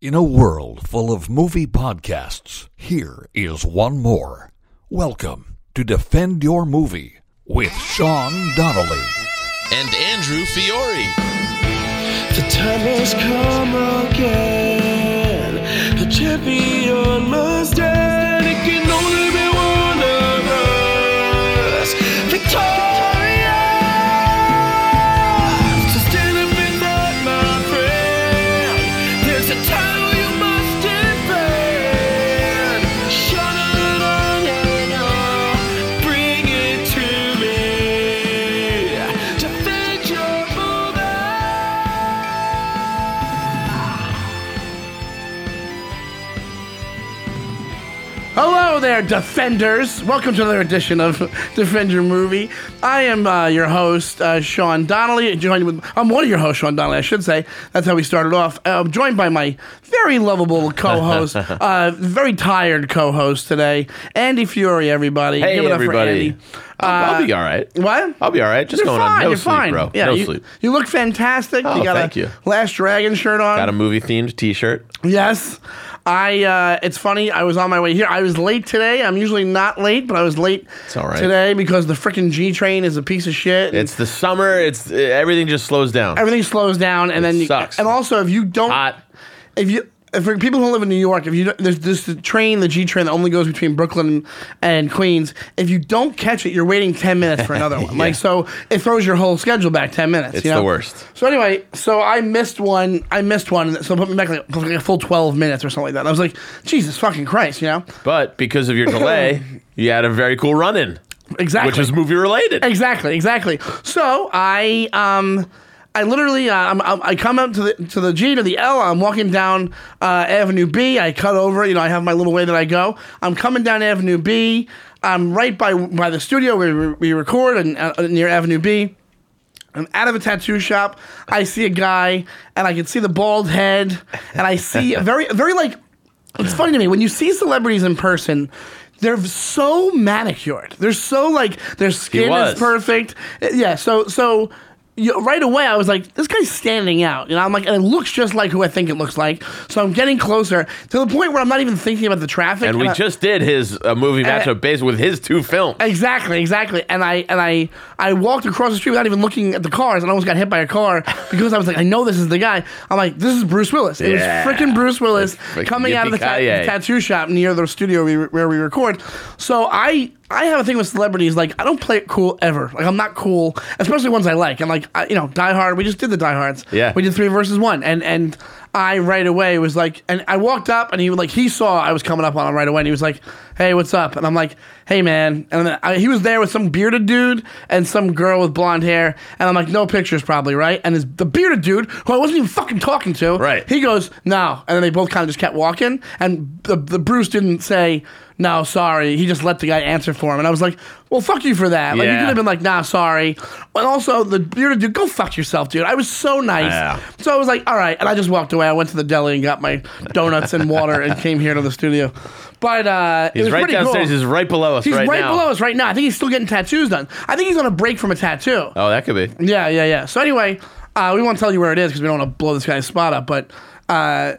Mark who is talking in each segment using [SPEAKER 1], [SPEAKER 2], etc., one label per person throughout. [SPEAKER 1] In a world full of movie podcasts, here is one more. Welcome to Defend Your Movie with Sean Donnelly.
[SPEAKER 2] and Andrew Fiore.
[SPEAKER 3] The time has come again. A champion must stand. It can only be one of us. Victorious. So stand up and fight, my friend. There's a time you must defend. Shut it on and on. Bring it to me. Defend your movie.
[SPEAKER 4] Hello there, defenders. Welcome to another edition of Defend Your Movie. I am uh, your host, uh, Sean Donnelly. Joined with, I'm one of your hosts, Sean Donnelly, I should say. That's how we started off. Uh, I'm joined by my very lovable co host, uh, very tired co host today, Andy Fury, everybody.
[SPEAKER 2] Hey,
[SPEAKER 4] Give it up
[SPEAKER 2] everybody.
[SPEAKER 4] For Andy.
[SPEAKER 2] I'll, I'll
[SPEAKER 4] Uh,
[SPEAKER 2] be all right.
[SPEAKER 4] What?
[SPEAKER 2] I'll be all right. Just
[SPEAKER 4] you're
[SPEAKER 2] going
[SPEAKER 4] fine.
[SPEAKER 2] on no
[SPEAKER 4] you're
[SPEAKER 2] sleep,
[SPEAKER 4] fine.
[SPEAKER 2] bro.
[SPEAKER 4] Yeah,
[SPEAKER 2] no
[SPEAKER 4] you,
[SPEAKER 2] sleep.
[SPEAKER 4] You look fantastic.
[SPEAKER 2] Oh,
[SPEAKER 4] you got
[SPEAKER 2] thank
[SPEAKER 4] a
[SPEAKER 2] you.
[SPEAKER 4] Last Dragon shirt on.
[SPEAKER 2] Got a movie themed T-shirt.
[SPEAKER 4] Yes. I uh, it's funny, I was on my way here. I was late today. I'm usually not late, but I was late
[SPEAKER 2] all right.
[SPEAKER 4] today because the freaking G train is a piece of shit. and
[SPEAKER 2] It's the summer. It's eh, everything just slows down.
[SPEAKER 4] everything slows down and then you,
[SPEAKER 2] sucks.
[SPEAKER 4] and also if you don't
[SPEAKER 2] Hot.
[SPEAKER 4] if you if for people who live in New York, if you don't- there's this train, the G train that only goes between Brooklyn and Queens. If you don't catch it, you're waiting ten minutes for another one. Like so, it throws your whole schedule back ten minutes.
[SPEAKER 2] It's
[SPEAKER 4] you
[SPEAKER 2] the
[SPEAKER 4] know?
[SPEAKER 2] worst.
[SPEAKER 4] So anyway, so I missed one. I missed one. So it put me back like, like a full twelve minutes or something like that. And I was like, Jesus fucking Christ, you know?
[SPEAKER 2] But because of your delay, you had a very cool run-in,
[SPEAKER 4] Exactly.
[SPEAKER 2] which was movie related.
[SPEAKER 4] Exactly, exactly. So I um. I literally, uh, I'm, I'm, I come up to the to the G to the L. I'm walking down uh, Avenue B. I cut over. You know, I have my little way that I go. I'm coming down Avenue B. I'm right by by the studio where we record and uh, near Avenue B. I'm out of a tattoo shop. I see a guy, and I can see the bald head, and I see a very, very like. It's funny to me when you see celebrities in person. They're so manicured. They're so like their skin
[SPEAKER 2] was.
[SPEAKER 4] is perfect. Uh, Yeah. So so. You, right away, I was like, "This guy's standing out," you know. I'm like, and it looks just like who I think it looks like. So I'm getting closer to the point where I'm not even thinking about the traffic.
[SPEAKER 2] And we
[SPEAKER 4] I-
[SPEAKER 2] just did his uh, movie
[SPEAKER 4] And-
[SPEAKER 2] matchup based with his two films.
[SPEAKER 4] Exactly, exactly. And I and I I walked across the street without even looking at the cars, and I almost got hit by a car because I was like, I know this is the guy. I'm like, this is Bruce Willis. It
[SPEAKER 2] Yeah.
[SPEAKER 4] was freaking Bruce Willis
[SPEAKER 2] It's frickin'
[SPEAKER 4] coming out of the, ta-
[SPEAKER 2] yippee-ki-yay.
[SPEAKER 4] the tattoo shop near the studio we, where we record. So I I have a thing with celebrities. Like I don't play it cool ever. Like I'm not cool, especially ones I like. And like I, you know, Die Hard. We just did the Die Hards.
[SPEAKER 2] Yeah.
[SPEAKER 4] we did three versus one, and and. I right away was like, and I walked up and he was like, he saw I was coming up on him right away and he was like, hey, what's up? And I'm like, hey, man. And then I, he was there with some bearded dude and some girl with blonde hair. And I'm like, no pictures probably, right? And his, the bearded dude, who I wasn't even fucking talking to,
[SPEAKER 2] Right.
[SPEAKER 4] he goes, no. And then they both kind of just kept walking. And the, the Bruce didn't say, no, sorry. He just let the guy answer for him. And I was like, well, fuck you for that. Like, you
[SPEAKER 2] Yeah.
[SPEAKER 4] could have been like, nah, sorry. And also, the bearded dude, go fuck yourself, dude. I was so nice.
[SPEAKER 2] Yeah.
[SPEAKER 4] So I was like, all right. And I just walked away. I went to the deli and got my donuts and water and came here to the studio. But uh, it
[SPEAKER 2] He's
[SPEAKER 4] was
[SPEAKER 2] right
[SPEAKER 4] pretty
[SPEAKER 2] downstairs.
[SPEAKER 4] Cool.
[SPEAKER 2] He's right below us
[SPEAKER 4] He's
[SPEAKER 2] right,
[SPEAKER 4] right,
[SPEAKER 2] now.
[SPEAKER 4] below us right now. I think he's still getting tattoos done. I think he's on a break from a tattoo.
[SPEAKER 2] Oh, that could be.
[SPEAKER 4] Yeah, yeah, yeah. So anyway, uh, we won't tell you where it is because we don't want to blow this guy's spot up. But uh,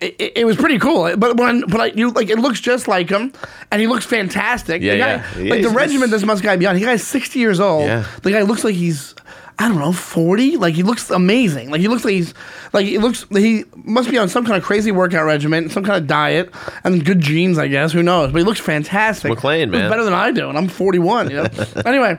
[SPEAKER 4] it, it, it was pretty cool. But when but I, you like, it looks just like him, and he looks fantastic.
[SPEAKER 2] Yeah,
[SPEAKER 4] the guy,
[SPEAKER 2] yeah. Yeah,
[SPEAKER 4] Like the
[SPEAKER 2] he's-
[SPEAKER 4] regiment this must guy be on. He guy's sixty years old.
[SPEAKER 2] Yeah.
[SPEAKER 4] The guy looks like he's. I don't know, forty. Like he looks amazing. Like he looks like he's, like he looks. He must be on some kind of crazy workout regimen, some kind of diet, and good genes, I guess. Who knows? But he looks fantastic.
[SPEAKER 2] McLean,
[SPEAKER 4] Looks
[SPEAKER 2] man.
[SPEAKER 4] better than I do, and I'm 41. You know? anyway,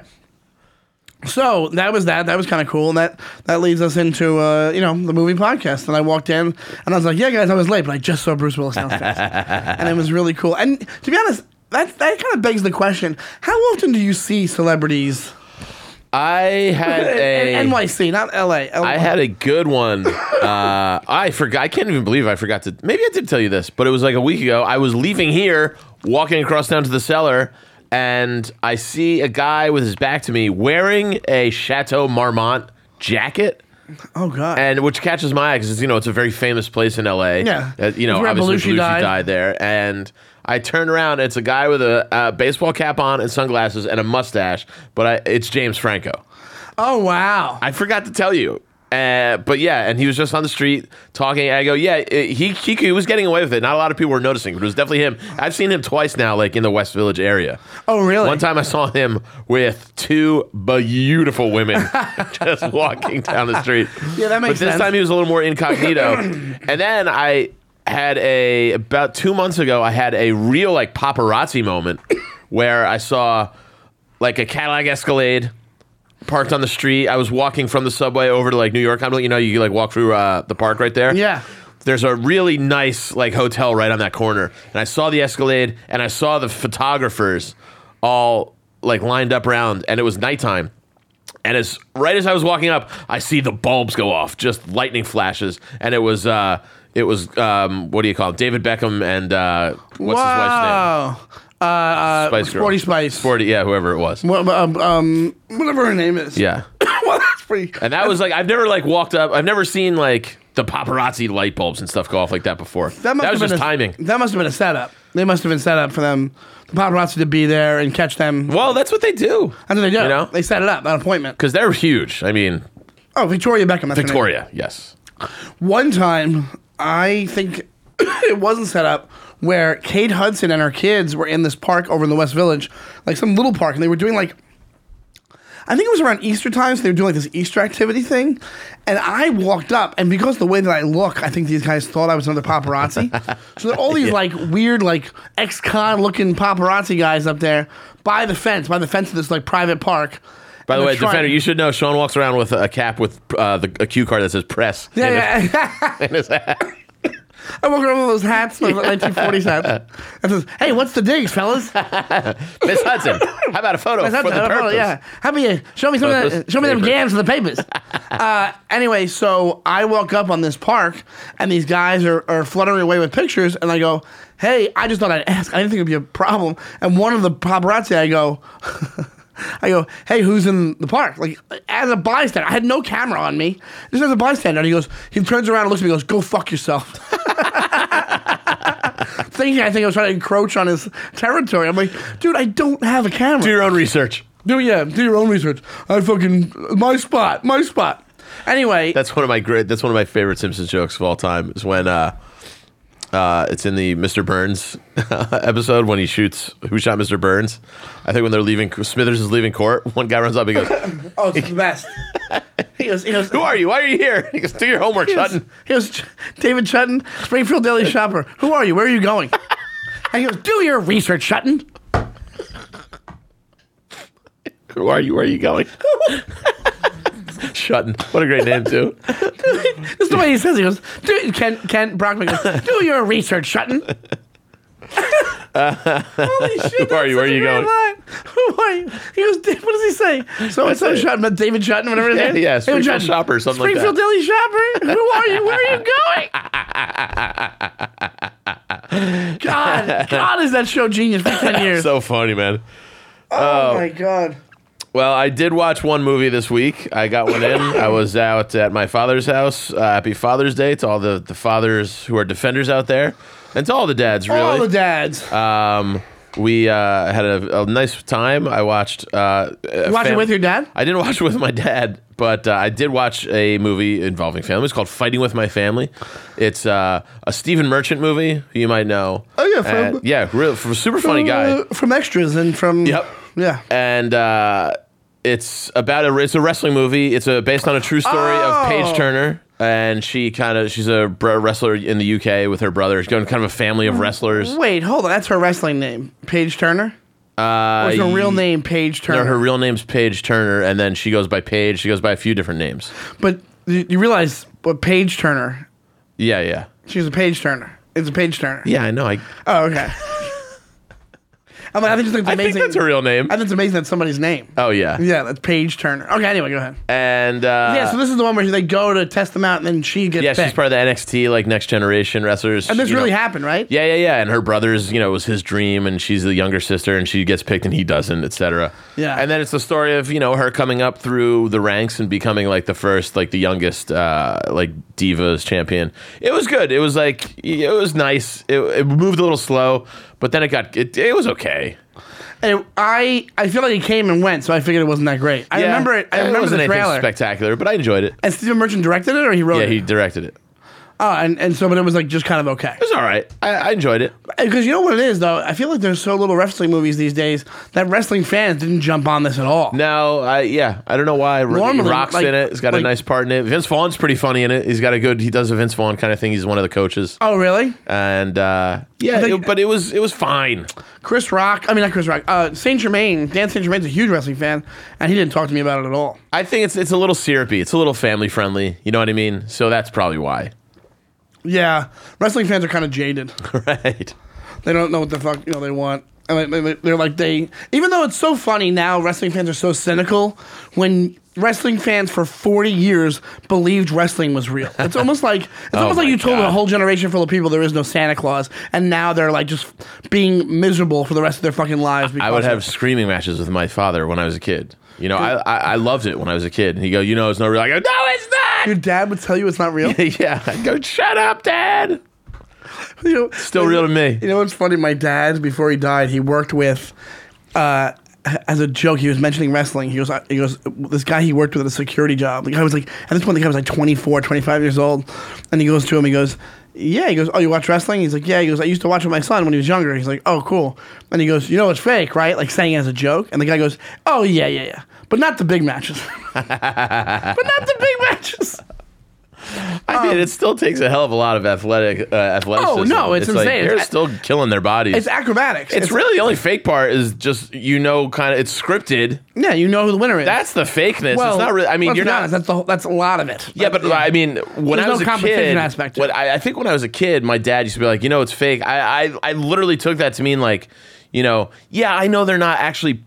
[SPEAKER 4] so that was that. That was kind of cool, and that that leads us into uh, you know the movie podcast. And I walked in, and I was like, "Yeah, guys, I was late, but I just saw Bruce Willis downstairs, and it was really cool." And to be honest, that that kind of begs the question: How often do you see celebrities
[SPEAKER 2] I had a
[SPEAKER 4] in NYC, not LA?
[SPEAKER 2] I had a good one. Uh, I forgot. I can't even believe I forgot to. Maybe I did tell you this, but it was like a week ago. I was leaving here, walking across down to the cellar, and I see a guy with his back to me wearing a Chateau Marmont jacket.
[SPEAKER 4] oh god,
[SPEAKER 2] And which catches my eye because you know it's a very famous place in LA.
[SPEAKER 4] Yeah.
[SPEAKER 2] Uh, you know
[SPEAKER 4] It's where
[SPEAKER 2] obviously
[SPEAKER 4] Belushi
[SPEAKER 2] Belushi died.
[SPEAKER 4] died.
[SPEAKER 2] there, and I turn around. It's a guy with a uh, baseball cap on and sunglasses and a mustache, but I, it's James Franco.
[SPEAKER 4] oh wow,
[SPEAKER 2] I forgot to tell you. Uh, but yeah, and he was just on the street talking. I go, yeah, it- he, he he was getting away with it. Not a lot of people were noticing, but it was definitely him. I've seen him twice now, like in the West Village area.
[SPEAKER 4] Oh, really?
[SPEAKER 2] One time I saw him with two beautiful women just walking down the street.
[SPEAKER 4] Yeah, that makes
[SPEAKER 2] But this
[SPEAKER 4] sense.
[SPEAKER 2] time he was a little more incognito. and then I had a about two months ago. I had a real like paparazzi moment where I saw like a Cadillac Escalade parked on the street. I was walking from the subway over to like New York. I'm like, you know, you like walk through uh, the park right there.
[SPEAKER 4] Yeah.
[SPEAKER 2] There's a really nice like hotel right on that corner, and I saw the Escalade, and I saw the photographers all like lined up around, and it was nighttime. And as right as I was walking up, I see the bulbs go off, just lightning flashes, and it was uh, it was um, what do you call it? David Beckham and uh, what's
[SPEAKER 4] wow. Uh, uh,
[SPEAKER 2] his wife's name? Spice Girl.
[SPEAKER 4] Sporty Spice.
[SPEAKER 2] Sporty, yeah, whoever it was.
[SPEAKER 4] Wha- um, um, whatever her name is.
[SPEAKER 2] Yeah.
[SPEAKER 4] well, that's pretty.
[SPEAKER 2] And that was like I've never like walked up. I've never seen like the paparazzi light bulbs and stuff go off like that before. That, was
[SPEAKER 4] have
[SPEAKER 2] just
[SPEAKER 4] been a,
[SPEAKER 2] timing.
[SPEAKER 4] That must have been a setup. They must have been set up for them, the paparazzi to be there and catch them.
[SPEAKER 2] Well, that's what they do
[SPEAKER 4] That's what they do.
[SPEAKER 2] You know?
[SPEAKER 4] They set it up, an appointment.
[SPEAKER 2] because they're huge. I mean,
[SPEAKER 4] Oh, Victoria Beckham. That's her name.
[SPEAKER 2] Victoria, yes.
[SPEAKER 4] One time, I think it wasn't set up where Kate Hudson and her kids were in this park over in the West Village, like some little park, and they were doing like. I think it was around Easter time, so they were doing like this Easter activity thing. And I walked up, and because of the way that I look, I think these guys thought I was another paparazzi. so there are all these like weird, like ex con looking paparazzi guys up there by the fence, by the fence of this like private park.
[SPEAKER 2] By the
[SPEAKER 4] And
[SPEAKER 2] way,
[SPEAKER 4] they're trying-
[SPEAKER 2] defender, you should know Sean walks around with a cap with uh, the, a cue card that says press. in his-
[SPEAKER 4] Yeah, yeah.
[SPEAKER 2] in his hat.
[SPEAKER 4] I walk around with those hats, those 1940s hats. And says, hey, what's the digs, fellas?
[SPEAKER 2] Miss Hudson, how about a photo
[SPEAKER 4] That's
[SPEAKER 2] for
[SPEAKER 4] not-
[SPEAKER 2] the
[SPEAKER 4] oh,
[SPEAKER 2] purpose?
[SPEAKER 4] yeah. How about you show me some of
[SPEAKER 2] Purpose
[SPEAKER 4] that, show me them
[SPEAKER 2] paper.
[SPEAKER 4] gams of the papers. uh, anyway, so I walk up on this park and these guys are, are fluttering away with pictures and I go, Hey, I just thought I'd ask. I didn't think it'd be a problem. And one of the paparazzi I go I go, hey, who's in the park? Like, as a bystander, I had no camera on me. Just as a bystander, and he goes, he turns around and looks at me, and goes, go fuck yourself. Thinking, I think I was trying to encroach on his territory. I'm like, dude, I don't have a camera.
[SPEAKER 2] Do your own research.
[SPEAKER 4] Do yeah, do your own research. I fucking my spot, my spot. Anyway,
[SPEAKER 2] That's one of my great. That's one of my favorite Simpsons jokes of all time. Is when uh, uh, it's in the Mr. Burns episode when he shoots who shot Mr. Burns. I think when they're leaving, Smithers is leaving court. One guy runs up. He goes,
[SPEAKER 4] oh, it's the best. He goes, he goes,
[SPEAKER 2] "Who are you? Why are you here?" He goes, "Do your homework,
[SPEAKER 4] He goes,
[SPEAKER 2] Sutton."
[SPEAKER 4] he goes, "Ch- David Chutton, Springfield Daily Shopper. Who are you? Where are you going? And he goes, do your research, Chutton.
[SPEAKER 2] Who are you? Where are you going? Shutton. What a great name too.
[SPEAKER 4] This is the way he says. It. He goes, do Ken Ken Brockman goes, do your research, Chutton. Holy shit!
[SPEAKER 2] Who are you? Where are you
[SPEAKER 4] that's such a great
[SPEAKER 2] going?
[SPEAKER 4] line. Who are you? He goes, "Dave," what does he say? So and so
[SPEAKER 2] it.
[SPEAKER 4] Shutton, but David Shutton, whatever his
[SPEAKER 2] Yeah,
[SPEAKER 4] name. is.
[SPEAKER 2] yeah, Springfield
[SPEAKER 4] David Shutton.
[SPEAKER 2] Shopper, something like
[SPEAKER 4] Springfield
[SPEAKER 2] that.
[SPEAKER 4] Daily Shopper. Who are you? Where are you going? God, God, is that show genius for ten years?
[SPEAKER 2] So funny, man. Uh,
[SPEAKER 4] oh my God.
[SPEAKER 2] Well, I did watch one movie this week. I got one in. I was out at my father's house. Uh, happy Father's Day to all the, the fathers who are defenders out there, and to all the dads, really.
[SPEAKER 4] All the dads.
[SPEAKER 2] Um, we uh, had a, a nice time. I watched. Uh,
[SPEAKER 4] you watch it with your dad?
[SPEAKER 2] I didn't watch it with my dad, but uh, I did watch a movie involving family. It's called Fighting with My Family. It's uh, a Stephen Merchant movie. who You might know.
[SPEAKER 4] Oh, yeah, from-
[SPEAKER 2] And- yeah, real from super funny guy.
[SPEAKER 4] Uh, from extras and from.
[SPEAKER 2] Yep.
[SPEAKER 4] Yeah.
[SPEAKER 2] And uh, it's about a it's a wrestling movie. It's a, based on a true story of Paige
[SPEAKER 4] Oh.
[SPEAKER 2] Turner. And she kind of she's a br- wrestler in the UK with her brother. She's going kind of a family of wrestlers.
[SPEAKER 4] Wait, hold on. That's her wrestling name, Paige Turner. Uh, her real name Paige Turner?
[SPEAKER 2] No, her real name's Paige Turner, and then she goes by Paige. She goes by a few different names.
[SPEAKER 4] but you, you realize what Paige Turner?
[SPEAKER 2] Yeah, yeah,
[SPEAKER 4] She's a Paige Turner. It's a Paige Turner.
[SPEAKER 2] yeah. I know. I,
[SPEAKER 4] Oh, okay. I'm like, I think it's amazing.
[SPEAKER 2] I think that's her real name.
[SPEAKER 4] I think it's amazing that's somebody's name.
[SPEAKER 2] Oh yeah.
[SPEAKER 4] Yeah, that's Paige Turner. Okay, anyway, go ahead.
[SPEAKER 2] And uh,
[SPEAKER 4] yeah, so this is the one where they go to test them out, and then she gets
[SPEAKER 2] yeah, she's
[SPEAKER 4] picked.
[SPEAKER 2] part of the NXT like Next Generation wrestlers.
[SPEAKER 4] and this
[SPEAKER 2] you
[SPEAKER 4] really
[SPEAKER 2] know.
[SPEAKER 4] happened, right?
[SPEAKER 2] Yeah, yeah, yeah. And her brother's, you know, it was his dream, and she's the younger sister, and she gets picked, and he doesn't, etc.
[SPEAKER 4] Yeah.
[SPEAKER 2] And then it's the story of you know her coming up through the ranks and becoming like the first, like the youngest, uh, like divas champion. It was good. It was like it was nice. It, it moved a little slow, but then it got it, it was okay.
[SPEAKER 4] And it- I I feel like it came and went, so I figured it wasn't that great. I
[SPEAKER 2] Yeah.
[SPEAKER 4] remember it. I remember
[SPEAKER 2] it wasn't
[SPEAKER 4] the
[SPEAKER 2] anything
[SPEAKER 4] trailer. Oh,
[SPEAKER 2] spectacular, but I enjoyed it.
[SPEAKER 4] And Stephen Merchant directed it, or he wrote
[SPEAKER 2] Yeah, he
[SPEAKER 4] it.
[SPEAKER 2] directed it. It
[SPEAKER 4] Oh, and and so, but it was like just kind of okay.
[SPEAKER 2] was all right. I, I enjoyed it.
[SPEAKER 4] Because you know what it is, though. I feel like there's so little wrestling movies these days that wrestling fans didn't jump on this at all.
[SPEAKER 2] No, I yeah, I don't know why. Ro-
[SPEAKER 4] Normally,
[SPEAKER 2] Rock's
[SPEAKER 4] like-
[SPEAKER 2] in it. He's got a
[SPEAKER 4] like-
[SPEAKER 2] nice part in it. Vince Vaughn's pretty funny in it. He's got a good. He does a Vince Vaughn kind of thing. He's one of the coaches,
[SPEAKER 4] Oh, really?
[SPEAKER 2] and uh, yeah,
[SPEAKER 4] think-
[SPEAKER 2] it- but it was it was fine.
[SPEAKER 4] Chris Rock. I mean, not Chris Rock. Uh, Saint Germain. Dan Saint Germain's a huge wrestling fan, and he didn't talk to me about it at all.
[SPEAKER 2] I think it's it's a little syrupy. It's a little family friendly. You know what I mean? So that's probably why.
[SPEAKER 4] Yeah, wrestling fans are kind of jaded.
[SPEAKER 2] right.
[SPEAKER 4] They don't know what the fuck you know they want. And they- they- they're like they, even though it's so funny now, wrestling fans are so cynical. When wrestling fans for forty years believed wrestling was real, it's almost like it's almost like
[SPEAKER 2] Oh my
[SPEAKER 4] you told
[SPEAKER 2] God.
[SPEAKER 4] a whole generation full of people there is no Santa Claus, and now they're like just being miserable for the rest of their fucking lives. Because
[SPEAKER 2] I would
[SPEAKER 4] of-
[SPEAKER 2] have screaming matches with my father when I was a kid. You know, I, I I loved it when I was a kid. And he go, you know, it's not real. I go, no, it's not.
[SPEAKER 4] your dad would tell you it's not real.
[SPEAKER 2] yeah. I go, shut up, Dad.
[SPEAKER 4] You know,
[SPEAKER 2] Still real to me.
[SPEAKER 4] You know what's funny? My dad, before he died, he worked with, uh, as a joke, he was mentioning wrestling. He goes, uh, he goes, this guy he worked with at a security job. The guy was like, at this point, the guy was like 24, 25 years old. And he goes to him, he goes, yeah. He goes, oh, you watch wrestling? He's like, yeah. He goes, I used to watch it with my son when he was younger. He's like, oh, cool. And he goes, you know, it's fake, right? Like saying it as a joke. And the guy goes, oh, yeah, yeah, yeah. But not the big matches. but not the big matches.
[SPEAKER 2] I mean, it still takes a hell of a lot of athletic uh, athleticism.
[SPEAKER 4] Um, Oh, no, it's
[SPEAKER 2] like
[SPEAKER 4] insane.
[SPEAKER 2] they're
[SPEAKER 4] It's-
[SPEAKER 2] still killing their bodies.
[SPEAKER 4] It's
[SPEAKER 2] It's,
[SPEAKER 4] acrobatics.
[SPEAKER 2] really the only fake part is just you know, kind of it's scripted.
[SPEAKER 4] yeah. You know who the winner is.
[SPEAKER 2] That's the fakeness. it's not really. I mean,
[SPEAKER 4] let's
[SPEAKER 2] you're
[SPEAKER 4] be
[SPEAKER 2] not.
[SPEAKER 4] honest, that's the whole, that's a lot of it.
[SPEAKER 2] yeah, but I mean, when
[SPEAKER 4] There's
[SPEAKER 2] I was
[SPEAKER 4] no
[SPEAKER 2] a
[SPEAKER 4] competition
[SPEAKER 2] kid,
[SPEAKER 4] aspect to
[SPEAKER 2] when
[SPEAKER 4] it.
[SPEAKER 2] I, I think when I was a kid, my dad used to be like, you know, it's fake. I, I, I literally took that to mean like, you know, yeah, I know they're not actually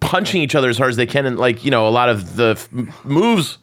[SPEAKER 2] punching each other as hard as they can, and like, you know, a lot of the f- moves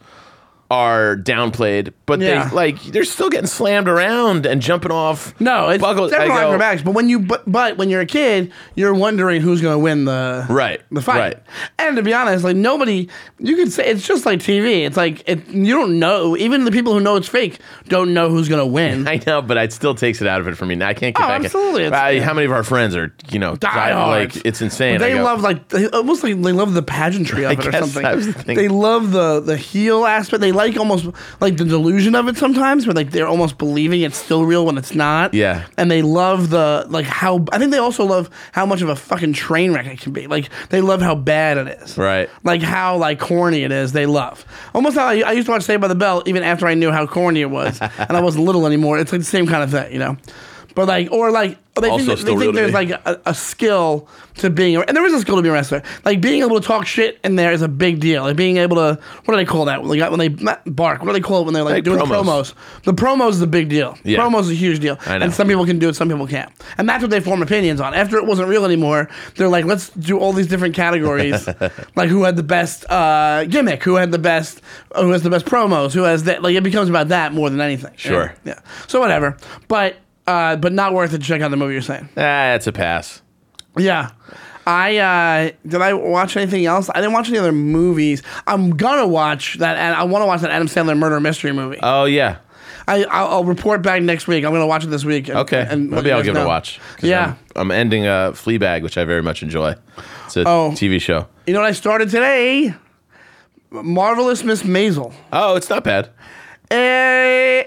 [SPEAKER 2] are downplayed, but
[SPEAKER 4] Yeah.
[SPEAKER 2] they like they're still getting slammed around and jumping off.
[SPEAKER 4] no, it's
[SPEAKER 2] buckles. I
[SPEAKER 4] definitely
[SPEAKER 2] go,
[SPEAKER 4] acrobatics. But when you but, but when you're a kid, you're wondering who's going to win the
[SPEAKER 2] Right,
[SPEAKER 4] the fight.
[SPEAKER 2] right.
[SPEAKER 4] And to be honest, like nobody, you could say it's just like TV. It's like it, you don't know. Even the people who know it's fake don't know who's going to win.
[SPEAKER 2] I know, but it still takes it out of it for me. Now I can't get
[SPEAKER 4] Oh,
[SPEAKER 2] back. in.
[SPEAKER 4] absolutely. It's-
[SPEAKER 2] I- how many of our friends are you know
[SPEAKER 4] Die
[SPEAKER 2] die-
[SPEAKER 4] hard.
[SPEAKER 2] like it's insane.
[SPEAKER 4] But
[SPEAKER 2] I
[SPEAKER 4] they
[SPEAKER 2] go,
[SPEAKER 4] love like they almost like they love the pageantry of
[SPEAKER 2] I
[SPEAKER 4] it or
[SPEAKER 2] guess
[SPEAKER 4] something.
[SPEAKER 2] that was the thing.
[SPEAKER 4] they love the the heel aspect. They like almost like the delusion of it sometimes, where like they're almost believing it's still real when it's not.
[SPEAKER 2] Yeah.
[SPEAKER 4] And they love the like how I think they also love how much of a fucking train wreck it can be. Like they love how bad it is.
[SPEAKER 2] Right.
[SPEAKER 4] Like how like corny it is. They love almost how I, I used to watch Saved by the Bell even after I knew how corny it was, and I wasn't little anymore. It's like the same kind of thing, you know. But like, or like, they
[SPEAKER 2] Also
[SPEAKER 4] think,
[SPEAKER 2] still
[SPEAKER 4] they
[SPEAKER 2] real
[SPEAKER 4] think
[SPEAKER 2] to
[SPEAKER 4] there's
[SPEAKER 2] me.
[SPEAKER 4] like a, a skill to being, a- and there is a skill to being a wrestler. Like being able to talk shit in there is a big deal. Like being able to, what do they call that? Like when they not bark, what do they call it when they're like,
[SPEAKER 2] Like
[SPEAKER 4] doing
[SPEAKER 2] promos.
[SPEAKER 4] promos. The promos is a big deal.
[SPEAKER 2] Yeah.
[SPEAKER 4] Promos is a huge deal.
[SPEAKER 2] I know.
[SPEAKER 4] And some people can do it, some people can't. And that's what they form opinions on. After it wasn't real anymore, they're like, let's do all these different categories, like who had the best uh, gimmick, who had the best, who has the best promos, who has that. Like it becomes about that more than anything. you know?
[SPEAKER 2] Sure.
[SPEAKER 4] Yeah. So whatever, but. Uh, but not worth it to check out the movie you're saying.
[SPEAKER 2] Ah, it's a pass.
[SPEAKER 4] Yeah. I uh did I watch anything else? I didn't watch any other movies. I'm gonna watch that and I want to watch that Adam Sandler murder mystery movie.
[SPEAKER 2] Oh yeah.
[SPEAKER 4] I I'll, I'll report back next week. I'm gonna watch it this week. And,
[SPEAKER 2] Okay.
[SPEAKER 4] and let
[SPEAKER 2] Maybe
[SPEAKER 4] you
[SPEAKER 2] I'll
[SPEAKER 4] guys
[SPEAKER 2] give it
[SPEAKER 4] know.
[SPEAKER 2] a watch. 'cause
[SPEAKER 4] Yeah.
[SPEAKER 2] I'm, I'm ending uh, Fleabag, which I very much enjoy. It's a
[SPEAKER 4] Oh.
[SPEAKER 2] TV show.
[SPEAKER 4] You know what I started today? Marvelous Miss Maisel.
[SPEAKER 2] Oh, it's not bad.
[SPEAKER 4] Eh,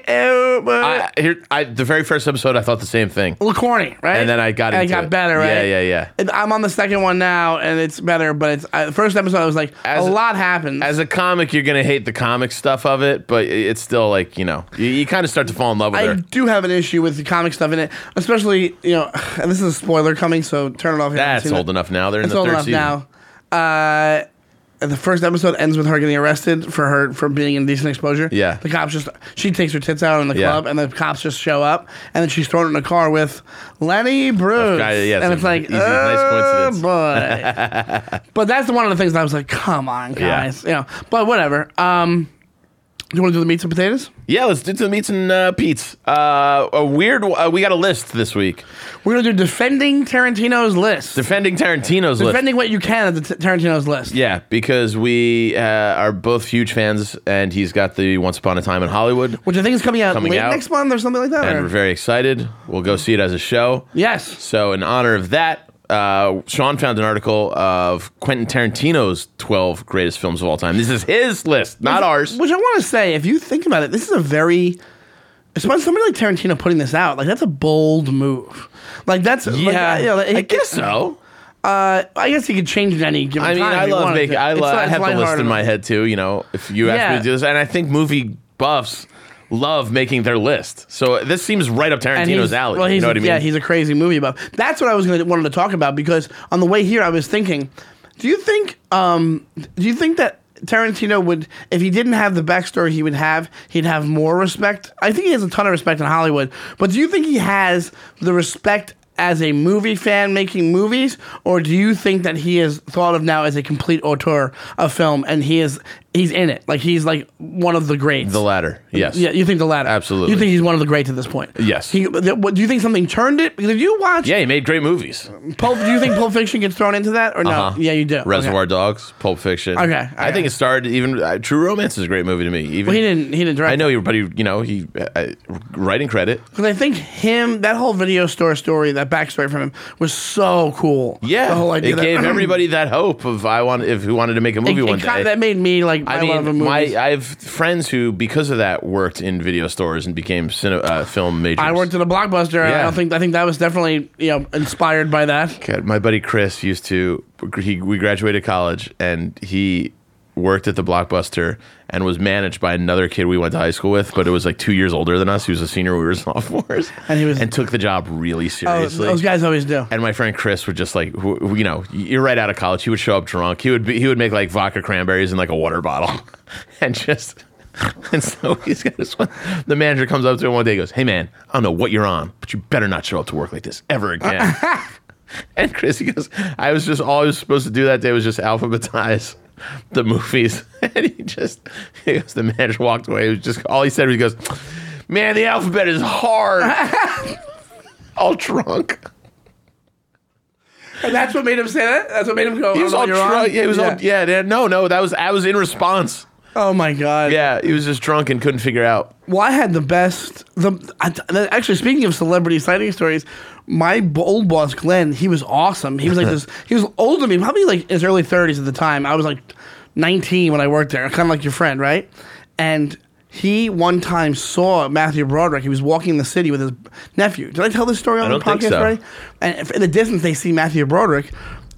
[SPEAKER 4] eh, but-
[SPEAKER 2] I, here, I the very first episode, I thought the same thing,
[SPEAKER 4] a little corny, right?
[SPEAKER 2] and then I got
[SPEAKER 4] And
[SPEAKER 2] into
[SPEAKER 4] it got
[SPEAKER 2] it.
[SPEAKER 4] better, right?
[SPEAKER 2] Yeah, yeah, yeah.
[SPEAKER 4] And I'm on the second one now, and it's better. But it's uh, the first episode. I was like,
[SPEAKER 2] As-
[SPEAKER 4] a lot happens.
[SPEAKER 2] As a comic, you're gonna hate the comic stuff of it, but it- it's still like you know, you, you kind of start to fall in love with
[SPEAKER 4] I
[SPEAKER 2] her.
[SPEAKER 4] do have an issue with the comic stuff in it, especially you know, and this is a spoiler coming, so turn it off. if you haven't
[SPEAKER 2] That's
[SPEAKER 4] seen it.
[SPEAKER 2] old enough now. They're in
[SPEAKER 4] It's
[SPEAKER 2] the
[SPEAKER 4] old
[SPEAKER 2] third season.
[SPEAKER 4] enough now. Uh, and the first episode ends with her getting arrested for her for being indecent exposure.
[SPEAKER 2] Yeah.
[SPEAKER 4] the cops just she takes her tits out in the
[SPEAKER 2] Yeah.
[SPEAKER 4] club, and the cops just show up, and then she's thrown in a car with Lenny Bruce,
[SPEAKER 2] guy- yeah,
[SPEAKER 4] and
[SPEAKER 2] it's
[SPEAKER 4] it's
[SPEAKER 2] a
[SPEAKER 4] like,
[SPEAKER 2] easy- nice
[SPEAKER 4] oh
[SPEAKER 2] coincidence."
[SPEAKER 4] boy. but that's one of the things that I was like, come on,
[SPEAKER 2] Yeah.
[SPEAKER 4] guys, you know. But whatever. Um, do you want to do the meats and potatoes?
[SPEAKER 2] Yeah, let's do the meats and uh, Pete's. Uh, a weird. Uh, we got a list this week.
[SPEAKER 4] We're gonna do defending Tarantino's list.
[SPEAKER 2] Defending Tarantino's list.
[SPEAKER 4] defending what you can at the T- Tarantino's list.
[SPEAKER 2] Yeah, because we uh, are both huge fans, and he's got the Once Upon a Time in Hollywood,
[SPEAKER 4] Which I think is coming out
[SPEAKER 2] Coming
[SPEAKER 4] late
[SPEAKER 2] out.
[SPEAKER 4] next month or something like that.
[SPEAKER 2] and
[SPEAKER 4] or-
[SPEAKER 2] we're very excited. We'll go see it as a show.
[SPEAKER 4] yes.
[SPEAKER 2] So, in honor of that, uh, Sean found an article of Quentin Tarantino's 12 greatest films of all time. This is his list, not ours.
[SPEAKER 4] Which I want to say, if you think about it, this is a very especially somebody like Tarantino putting this out. Like that's a bold move. Like that's yeah.
[SPEAKER 2] Yeah,
[SPEAKER 4] uh, you know, it-
[SPEAKER 2] I guess so.
[SPEAKER 4] Uh, I guess he could change it any given
[SPEAKER 2] I mean,
[SPEAKER 4] time. if
[SPEAKER 2] I
[SPEAKER 4] he
[SPEAKER 2] love
[SPEAKER 4] wanted
[SPEAKER 2] making.
[SPEAKER 4] to.
[SPEAKER 2] I,
[SPEAKER 4] It's
[SPEAKER 2] love.
[SPEAKER 4] not-
[SPEAKER 2] I
[SPEAKER 4] it's
[SPEAKER 2] have the list
[SPEAKER 4] lighthearted.
[SPEAKER 2] in my head too. You know, if you ask me
[SPEAKER 4] Yeah.
[SPEAKER 2] to do this, and I think movie buffs love making their list. So this seems right up
[SPEAKER 4] And he's-
[SPEAKER 2] Tarantino's alley.
[SPEAKER 4] Well, he's,
[SPEAKER 2] you know what I mean?
[SPEAKER 4] Yeah, he's a crazy movie buff. That's what I was gonna, wanted to talk about because on the way here, I was thinking, do you think, um, do you think that Tarantino would, if he didn't have the backstory he would have, he'd have more respect? I think he has a ton of respect in Hollywood, but do you think he has the respect? As a movie fan making movies, or do you think that he is thought of now as a complete auteur of film, and he is he's in it, like he's like one of the greats?
[SPEAKER 2] the latter. Yes.
[SPEAKER 4] Yeah, you think the latter.
[SPEAKER 2] Absolutely.
[SPEAKER 4] You think he's one of the greats at this point.
[SPEAKER 2] Yes.
[SPEAKER 4] He, th- what, do you think something turned it? Because if you watch
[SPEAKER 2] Yeah, he made great movies.
[SPEAKER 4] Pulp, do you think Pulp Fiction gets thrown into that or no?
[SPEAKER 2] Uh-huh.
[SPEAKER 4] Yeah, you do.
[SPEAKER 2] Reservoir
[SPEAKER 4] Okay.
[SPEAKER 2] Dogs, Pulp Fiction.
[SPEAKER 4] Okay, okay.
[SPEAKER 2] I think it started even uh, True Romance is a great movie to me. Even
[SPEAKER 4] Well, he didn't. He didn't direct.
[SPEAKER 2] I know, he- but he, you know, he uh, uh, writing credit.
[SPEAKER 4] because I think him that whole video store story, that backstory from him was so cool.
[SPEAKER 2] Yeah,
[SPEAKER 4] the whole idea
[SPEAKER 2] it
[SPEAKER 4] that-
[SPEAKER 2] gave everybody that hope of I want if who wanted to make a
[SPEAKER 4] It-
[SPEAKER 2] movie
[SPEAKER 4] it
[SPEAKER 2] one
[SPEAKER 4] kinda-
[SPEAKER 2] day.
[SPEAKER 4] that made me like I,
[SPEAKER 2] I
[SPEAKER 4] love a
[SPEAKER 2] mean,
[SPEAKER 4] movie.
[SPEAKER 2] my I have friends who, because of that, worked in video stores and became cine, uh, film majors.
[SPEAKER 4] I worked at a blockbuster. and I
[SPEAKER 2] Yeah.
[SPEAKER 4] don't think I think that was definitely you know inspired by that.
[SPEAKER 2] God, uh, my buddy Chris used to. He we graduated college and he worked at the blockbuster and was managed by another kid we went to high school with, but it was like two years older than us. He was a senior, we were sophomores,
[SPEAKER 4] And he was-
[SPEAKER 2] and took the job really
[SPEAKER 4] Oh,
[SPEAKER 2] seriously.
[SPEAKER 4] those guys always do.
[SPEAKER 2] And my friend Chris would just like, wh- wh- you know, you're right out of college. He would show up drunk. He would be, he would make like vodka cranberries in like a water bottle, and just. And so he's got this one. The manager comes up to him one day, and goes, "Hey man, I don't know what you're on, but you better not show up to work like this ever again." and Chris, he goes, "I was just all I was supposed to do that day was just alphabetize the movies." And he just, he goes, the manager walked away. He was just all he said was, "He goes, man, the alphabet is hard." all drunk.
[SPEAKER 4] And that's what made him say that. That's what made him go.
[SPEAKER 2] He was
[SPEAKER 4] "Oh,
[SPEAKER 2] all
[SPEAKER 4] you're
[SPEAKER 2] drunk.
[SPEAKER 4] on?"
[SPEAKER 2] Yeah, he was all yeah. yeah, No, no, that was I was in response.
[SPEAKER 4] Oh my god.
[SPEAKER 2] Yeah, he was just drunk and couldn't figure out.
[SPEAKER 4] Well, I had the best. The, I, the- actually speaking of celebrity sighting stories, my b- old boss Glenn, he was awesome. He was like this. He was older than me, probably like his early thirties at the time. I was like nineteen when I worked there, kind of like your friend, right? And he one time saw Matthew Broderick. He was walking the city with his nephew. Did I tell this story on
[SPEAKER 2] don't
[SPEAKER 4] the
[SPEAKER 2] think
[SPEAKER 4] podcast
[SPEAKER 2] so.
[SPEAKER 4] already? And in the distance, they see Matthew Broderick,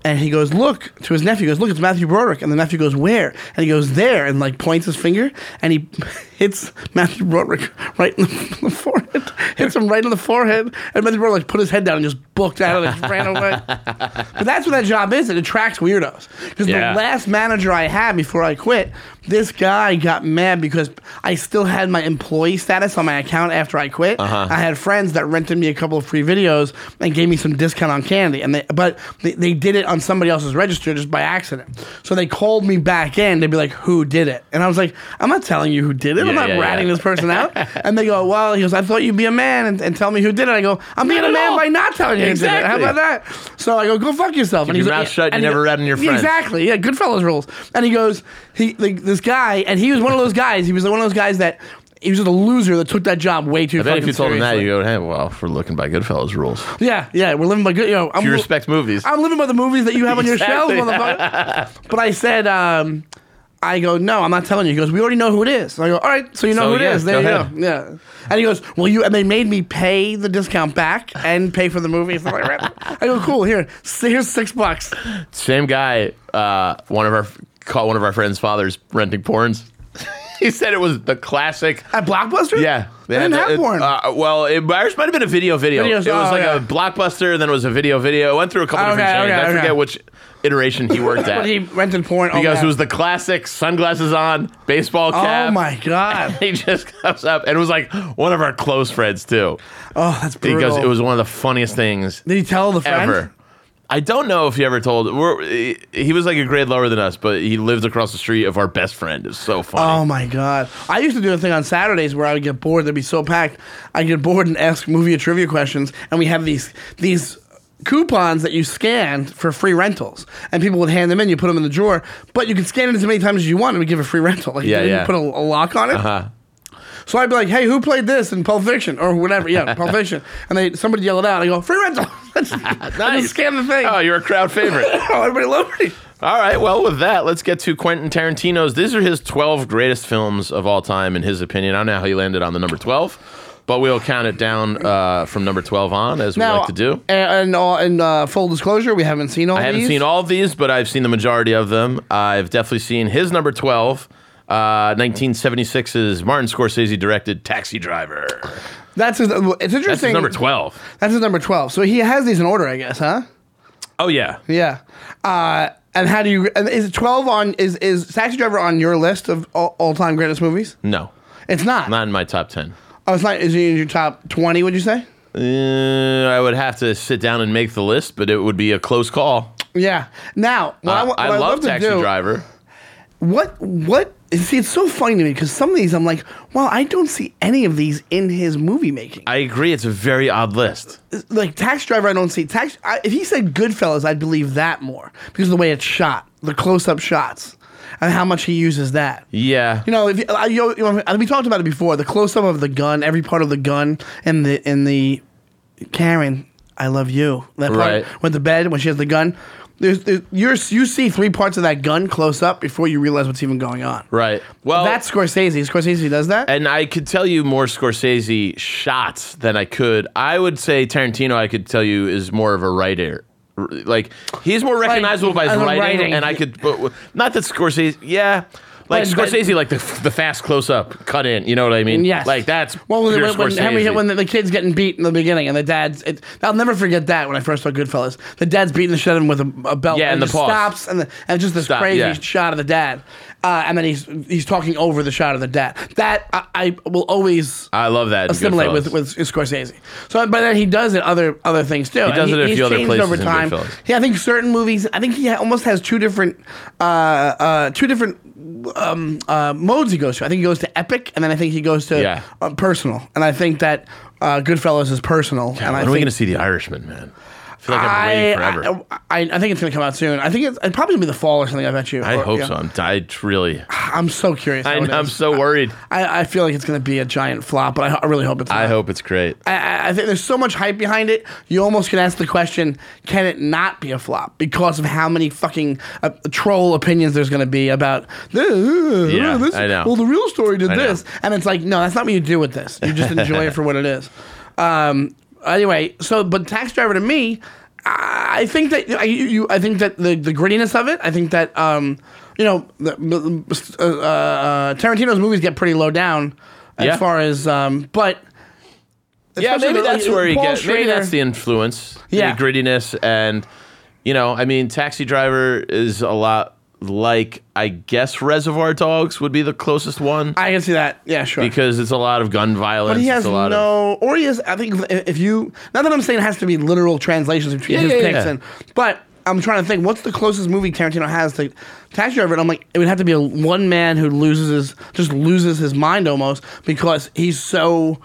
[SPEAKER 4] and he goes, "Look!" to his nephew. He goes, "Look, it's Matthew Broderick." And the nephew goes, "Where?" And he goes, "There!" And like points his finger, and he hits Matthew Broderick right in the, the forehead. Hits him right in the forehead, and Matthew Broderick put his head down and just booked out and just ran away. But that's what that job is. It attracts weirdos. Because
[SPEAKER 2] Yeah.
[SPEAKER 4] the last manager I had before I quit, this guy got mad because I still had my employee status on my account after I quit.
[SPEAKER 2] Uh-huh.
[SPEAKER 4] I had friends that rented me a couple of free videos and gave me some discount on candy. And they, but they, they did it on somebody else's register just by accident. So they called me back in. They'd be like, "Who did it?" And I was like, "I'm not telling you who did it.
[SPEAKER 2] Yeah,
[SPEAKER 4] I'm not
[SPEAKER 2] yeah,
[SPEAKER 4] ratting
[SPEAKER 2] yeah.
[SPEAKER 4] this person out." and they go, "Well," he goes, "I thought you'd be a man and, and tell me who did it." I go, "I'm being
[SPEAKER 2] at
[SPEAKER 4] a man
[SPEAKER 2] all.
[SPEAKER 4] by not telling you who did it. How
[SPEAKER 2] Exactly.
[SPEAKER 4] about that?" So I go, "Go fuck yourself."
[SPEAKER 2] Keep your mouth shut and you
[SPEAKER 4] he-
[SPEAKER 2] never rat on your friends.
[SPEAKER 4] Exactly. Yeah, Goodfellas rules. And he goes, he like, this guy, and he was one of those guys. He was one of those guys that he was just a loser that took that job way too.
[SPEAKER 2] I bet if
[SPEAKER 4] fucking
[SPEAKER 2] you told him that,
[SPEAKER 4] seriously.
[SPEAKER 2] you go, "Hey, well, if we're looking by Goodfellas rules, if
[SPEAKER 4] yeah, yeah, we're living by good. You know, I'm
[SPEAKER 2] you
[SPEAKER 4] li-
[SPEAKER 2] respect movies."
[SPEAKER 4] I'm living by the movies that you have on your shelves,
[SPEAKER 2] Exactly.
[SPEAKER 4] motherfucker. but I said, um, I go, no, I'm not telling you. He goes, we already know who it is. And I go, all right, so you know
[SPEAKER 2] So,
[SPEAKER 4] who it is.
[SPEAKER 2] yeah,
[SPEAKER 4] There
[SPEAKER 2] go
[SPEAKER 4] you
[SPEAKER 2] ahead.
[SPEAKER 4] go. Yeah. And he goes, well, you, and they made me pay the discount back and pay for the movie. So I ran- I go, cool, here, s- here's six bucks.
[SPEAKER 2] Same guy. Uh, one of our caught one of our friends' fathers renting porns. he said it was the classic.
[SPEAKER 4] At Blockbuster?
[SPEAKER 2] Yeah,
[SPEAKER 4] They didn't
[SPEAKER 2] had
[SPEAKER 4] have
[SPEAKER 2] the- it-
[SPEAKER 4] porn.
[SPEAKER 2] Uh, well, it, ours might have been a video video.
[SPEAKER 4] Videos,
[SPEAKER 2] it was
[SPEAKER 4] oh,
[SPEAKER 2] like
[SPEAKER 4] yeah.
[SPEAKER 2] a blockbuster, then it was a video video. It went through a couple
[SPEAKER 4] Okay,
[SPEAKER 2] different chains.
[SPEAKER 4] okay,
[SPEAKER 2] I
[SPEAKER 4] okay.
[SPEAKER 2] forget which iteration he worked at.
[SPEAKER 4] But he rented porn.
[SPEAKER 2] because
[SPEAKER 4] oh,
[SPEAKER 2] it was the classic sunglasses on, baseball cap.
[SPEAKER 4] Oh my god!
[SPEAKER 2] he just comes up and it was like one of our close friends too
[SPEAKER 4] Oh, that's brutal.
[SPEAKER 2] because it was one of the funniest things
[SPEAKER 4] Did he tell the friend?
[SPEAKER 2] ever i don't know if he ever told we're, he- he was like a grade lower than us but he lived across the street of our best friend it's so funny
[SPEAKER 4] Oh my god! I used to do a thing on Saturdays where I would get bored. They'd be so packed. I'd get bored and ask movie or trivia questions, and we have these these coupons that you scanned for free rentals, and people would hand them in. You put them in the drawer, but you could scan it as many times as you want, and we give a free rental. Like
[SPEAKER 2] Yeah,
[SPEAKER 4] you
[SPEAKER 2] yeah.
[SPEAKER 4] put a, a lock on it.
[SPEAKER 2] Uh,
[SPEAKER 4] So I'd be like, "Hey, who played this in Pulp Fiction or whatever?" Yeah, Pulp Fiction, and they somebody yell it out. I go, "Free rental." I just scanned the thing.
[SPEAKER 2] Oh, you're a crowd favorite.
[SPEAKER 4] Oh, everybody loved me.
[SPEAKER 2] All right. Well, with that, let's get to Quentin Tarantino's. These are his 12 greatest films of all time, in his opinion. I don't know how he landed on the number 12, but we'll count it down uh, from number 12 on, as we like to do.
[SPEAKER 4] And, and, all, and uh, full disclosure, we haven't seen all
[SPEAKER 2] I haven't
[SPEAKER 4] these.
[SPEAKER 2] seen all of these, but I've seen the majority of them. I've definitely seen his number 12. Uh, 1976's Martin Scorsese directed Taxi Driver.
[SPEAKER 4] That's his, it's interesting.
[SPEAKER 2] That's his number 12.
[SPEAKER 4] That's his number 12. So he has these in order, I guess, huh?
[SPEAKER 2] Oh, yeah.
[SPEAKER 4] Yeah. Uh, and how do you, and is it 12 on, is, is Taxi Driver on your list of all time greatest movies?
[SPEAKER 2] No,
[SPEAKER 4] It's not.
[SPEAKER 2] not in my top 10.
[SPEAKER 4] Oh, it's not, is it in your top 20, would you say?
[SPEAKER 2] Uh, I would have to sit down and make the list, but it would be a close call.
[SPEAKER 4] Yeah. Now, what I,
[SPEAKER 2] I,
[SPEAKER 4] wa- what
[SPEAKER 2] Uh, I love, Taxi
[SPEAKER 4] to do,
[SPEAKER 2] Driver.
[SPEAKER 4] What, what, see, it's so funny to me because some of these I'm like, wow, I don't see any of these in his movie making.
[SPEAKER 2] I agree. It's a very odd list.
[SPEAKER 4] like Tax Driver, I don't see Tax. I, if he said Goodfellas, I'd believe that more because of the way it's shot, the close-up shots, and how much he uses that.
[SPEAKER 2] Yeah.
[SPEAKER 4] You know, if you, I, you know, we talked about it before. The close-up of the gun, every part of the gun, and the and the Karen, I love you. That part
[SPEAKER 2] Right.
[SPEAKER 4] with the bed when she has the gun. There's, there's you're, you see three parts of that gun close up before you realize what's even going on.
[SPEAKER 2] right. Well,
[SPEAKER 4] That's Scorsese. Scorsese does that.
[SPEAKER 2] and I could tell you more Scorsese shots than I could. I would say Tarantino. I could tell you is more of a writer. R- Like he's more recognizable by his
[SPEAKER 4] as a
[SPEAKER 2] writing,
[SPEAKER 4] writing.
[SPEAKER 2] and I could. But, not that Scorsese. Yeah. Like
[SPEAKER 4] But- but-
[SPEAKER 2] Scorsese, like the, the fast close up, cut in. You know what I mean?
[SPEAKER 4] Yes.
[SPEAKER 2] Like that's
[SPEAKER 4] well when,
[SPEAKER 2] pure
[SPEAKER 4] when, when Henry
[SPEAKER 2] Scorsese.
[SPEAKER 4] when the, the kid's getting beat in the beginning and the dad's it, I'll never forget that when I first saw Goodfellas the dad's beating the shit out of him with a, a belt
[SPEAKER 2] Yeah, and the
[SPEAKER 4] it just
[SPEAKER 2] pause.
[SPEAKER 4] stops and the, and just this
[SPEAKER 2] Stop,
[SPEAKER 4] crazy
[SPEAKER 2] yeah.
[SPEAKER 4] shot of the dad uh, and then he's he's talking over the shot of the dad that I, I will always
[SPEAKER 2] I love that. in
[SPEAKER 4] assimilate with
[SPEAKER 2] Goodfellas.
[SPEAKER 4] with Scorsese so but then he does it other other things too he
[SPEAKER 2] does it in a few other places
[SPEAKER 4] over
[SPEAKER 2] in
[SPEAKER 4] time
[SPEAKER 2] Goodfellas.
[SPEAKER 4] yeah I think certain movies I think he ha- almost has two different uh, uh, two different um, uh, modes he goes to. I think he goes to epic, and then I think he goes to
[SPEAKER 2] Yeah.
[SPEAKER 4] uh, personal. And I think that uh, Goodfellas is personal. and
[SPEAKER 2] When are
[SPEAKER 4] I
[SPEAKER 2] we
[SPEAKER 4] think
[SPEAKER 2] going to see The Irishman, man? I feel like I'm
[SPEAKER 4] I,
[SPEAKER 2] waiting forever.
[SPEAKER 4] I, I, I think it's going to come out soon. I think it's, it's probably going to be the fall or something. I bet you.
[SPEAKER 2] I
[SPEAKER 4] Or-
[SPEAKER 2] hope
[SPEAKER 4] yeah.
[SPEAKER 2] so. I'm, I really.
[SPEAKER 4] I'm so curious.
[SPEAKER 2] I
[SPEAKER 4] how it
[SPEAKER 2] know, I'm
[SPEAKER 4] is.
[SPEAKER 2] so worried.
[SPEAKER 4] I, I feel like it's going to be a giant flop, but I, ho- I really hope it's.
[SPEAKER 2] I
[SPEAKER 4] not.
[SPEAKER 2] hope it's great.
[SPEAKER 4] I- I, I think there's so much hype behind it. You almost can ask the question: Can it not be a flop because of how many fucking uh, troll opinions there's going to be about? "Ugh,
[SPEAKER 2] Yeah,
[SPEAKER 4] this-
[SPEAKER 2] I know.
[SPEAKER 4] Well, the real story did
[SPEAKER 2] I know.
[SPEAKER 4] this, and it's like, no, that's not what you do with this. You just enjoy it for what it is. Um, anyway, so but tax driver to me, I I think that I, you, you- I think that the the grittiness of it. I think that um, you know, the, the- uh, uh, Tarantino's movies get pretty low down as
[SPEAKER 2] Yeah.
[SPEAKER 4] far as um, but.
[SPEAKER 2] yeah,
[SPEAKER 4] especially
[SPEAKER 2] maybe
[SPEAKER 4] the-
[SPEAKER 2] that's where he
[SPEAKER 4] Paul
[SPEAKER 2] gets. Maybe
[SPEAKER 4] Schrader-
[SPEAKER 2] that's the influence,
[SPEAKER 4] Yeah.
[SPEAKER 2] the grittiness, and you know, I mean, Taxi Driver is a lot like I guess Reservoir Dogs would be the closest one
[SPEAKER 4] I can see that. Yeah, sure.
[SPEAKER 2] because it's a lot of gun violence.
[SPEAKER 4] but he has
[SPEAKER 2] it's a lot of,
[SPEAKER 4] no, or he has. I think if if you, not that I'm saying it has to be literal translations between
[SPEAKER 2] Yeah,
[SPEAKER 4] his
[SPEAKER 2] yeah,
[SPEAKER 4] picks
[SPEAKER 2] yeah.
[SPEAKER 4] and, but I'm trying to think what's the closest movie Tarantino has to Taxi Driver, and I'm like, it would have to be a one man who loses his, just loses his mind almost because he's so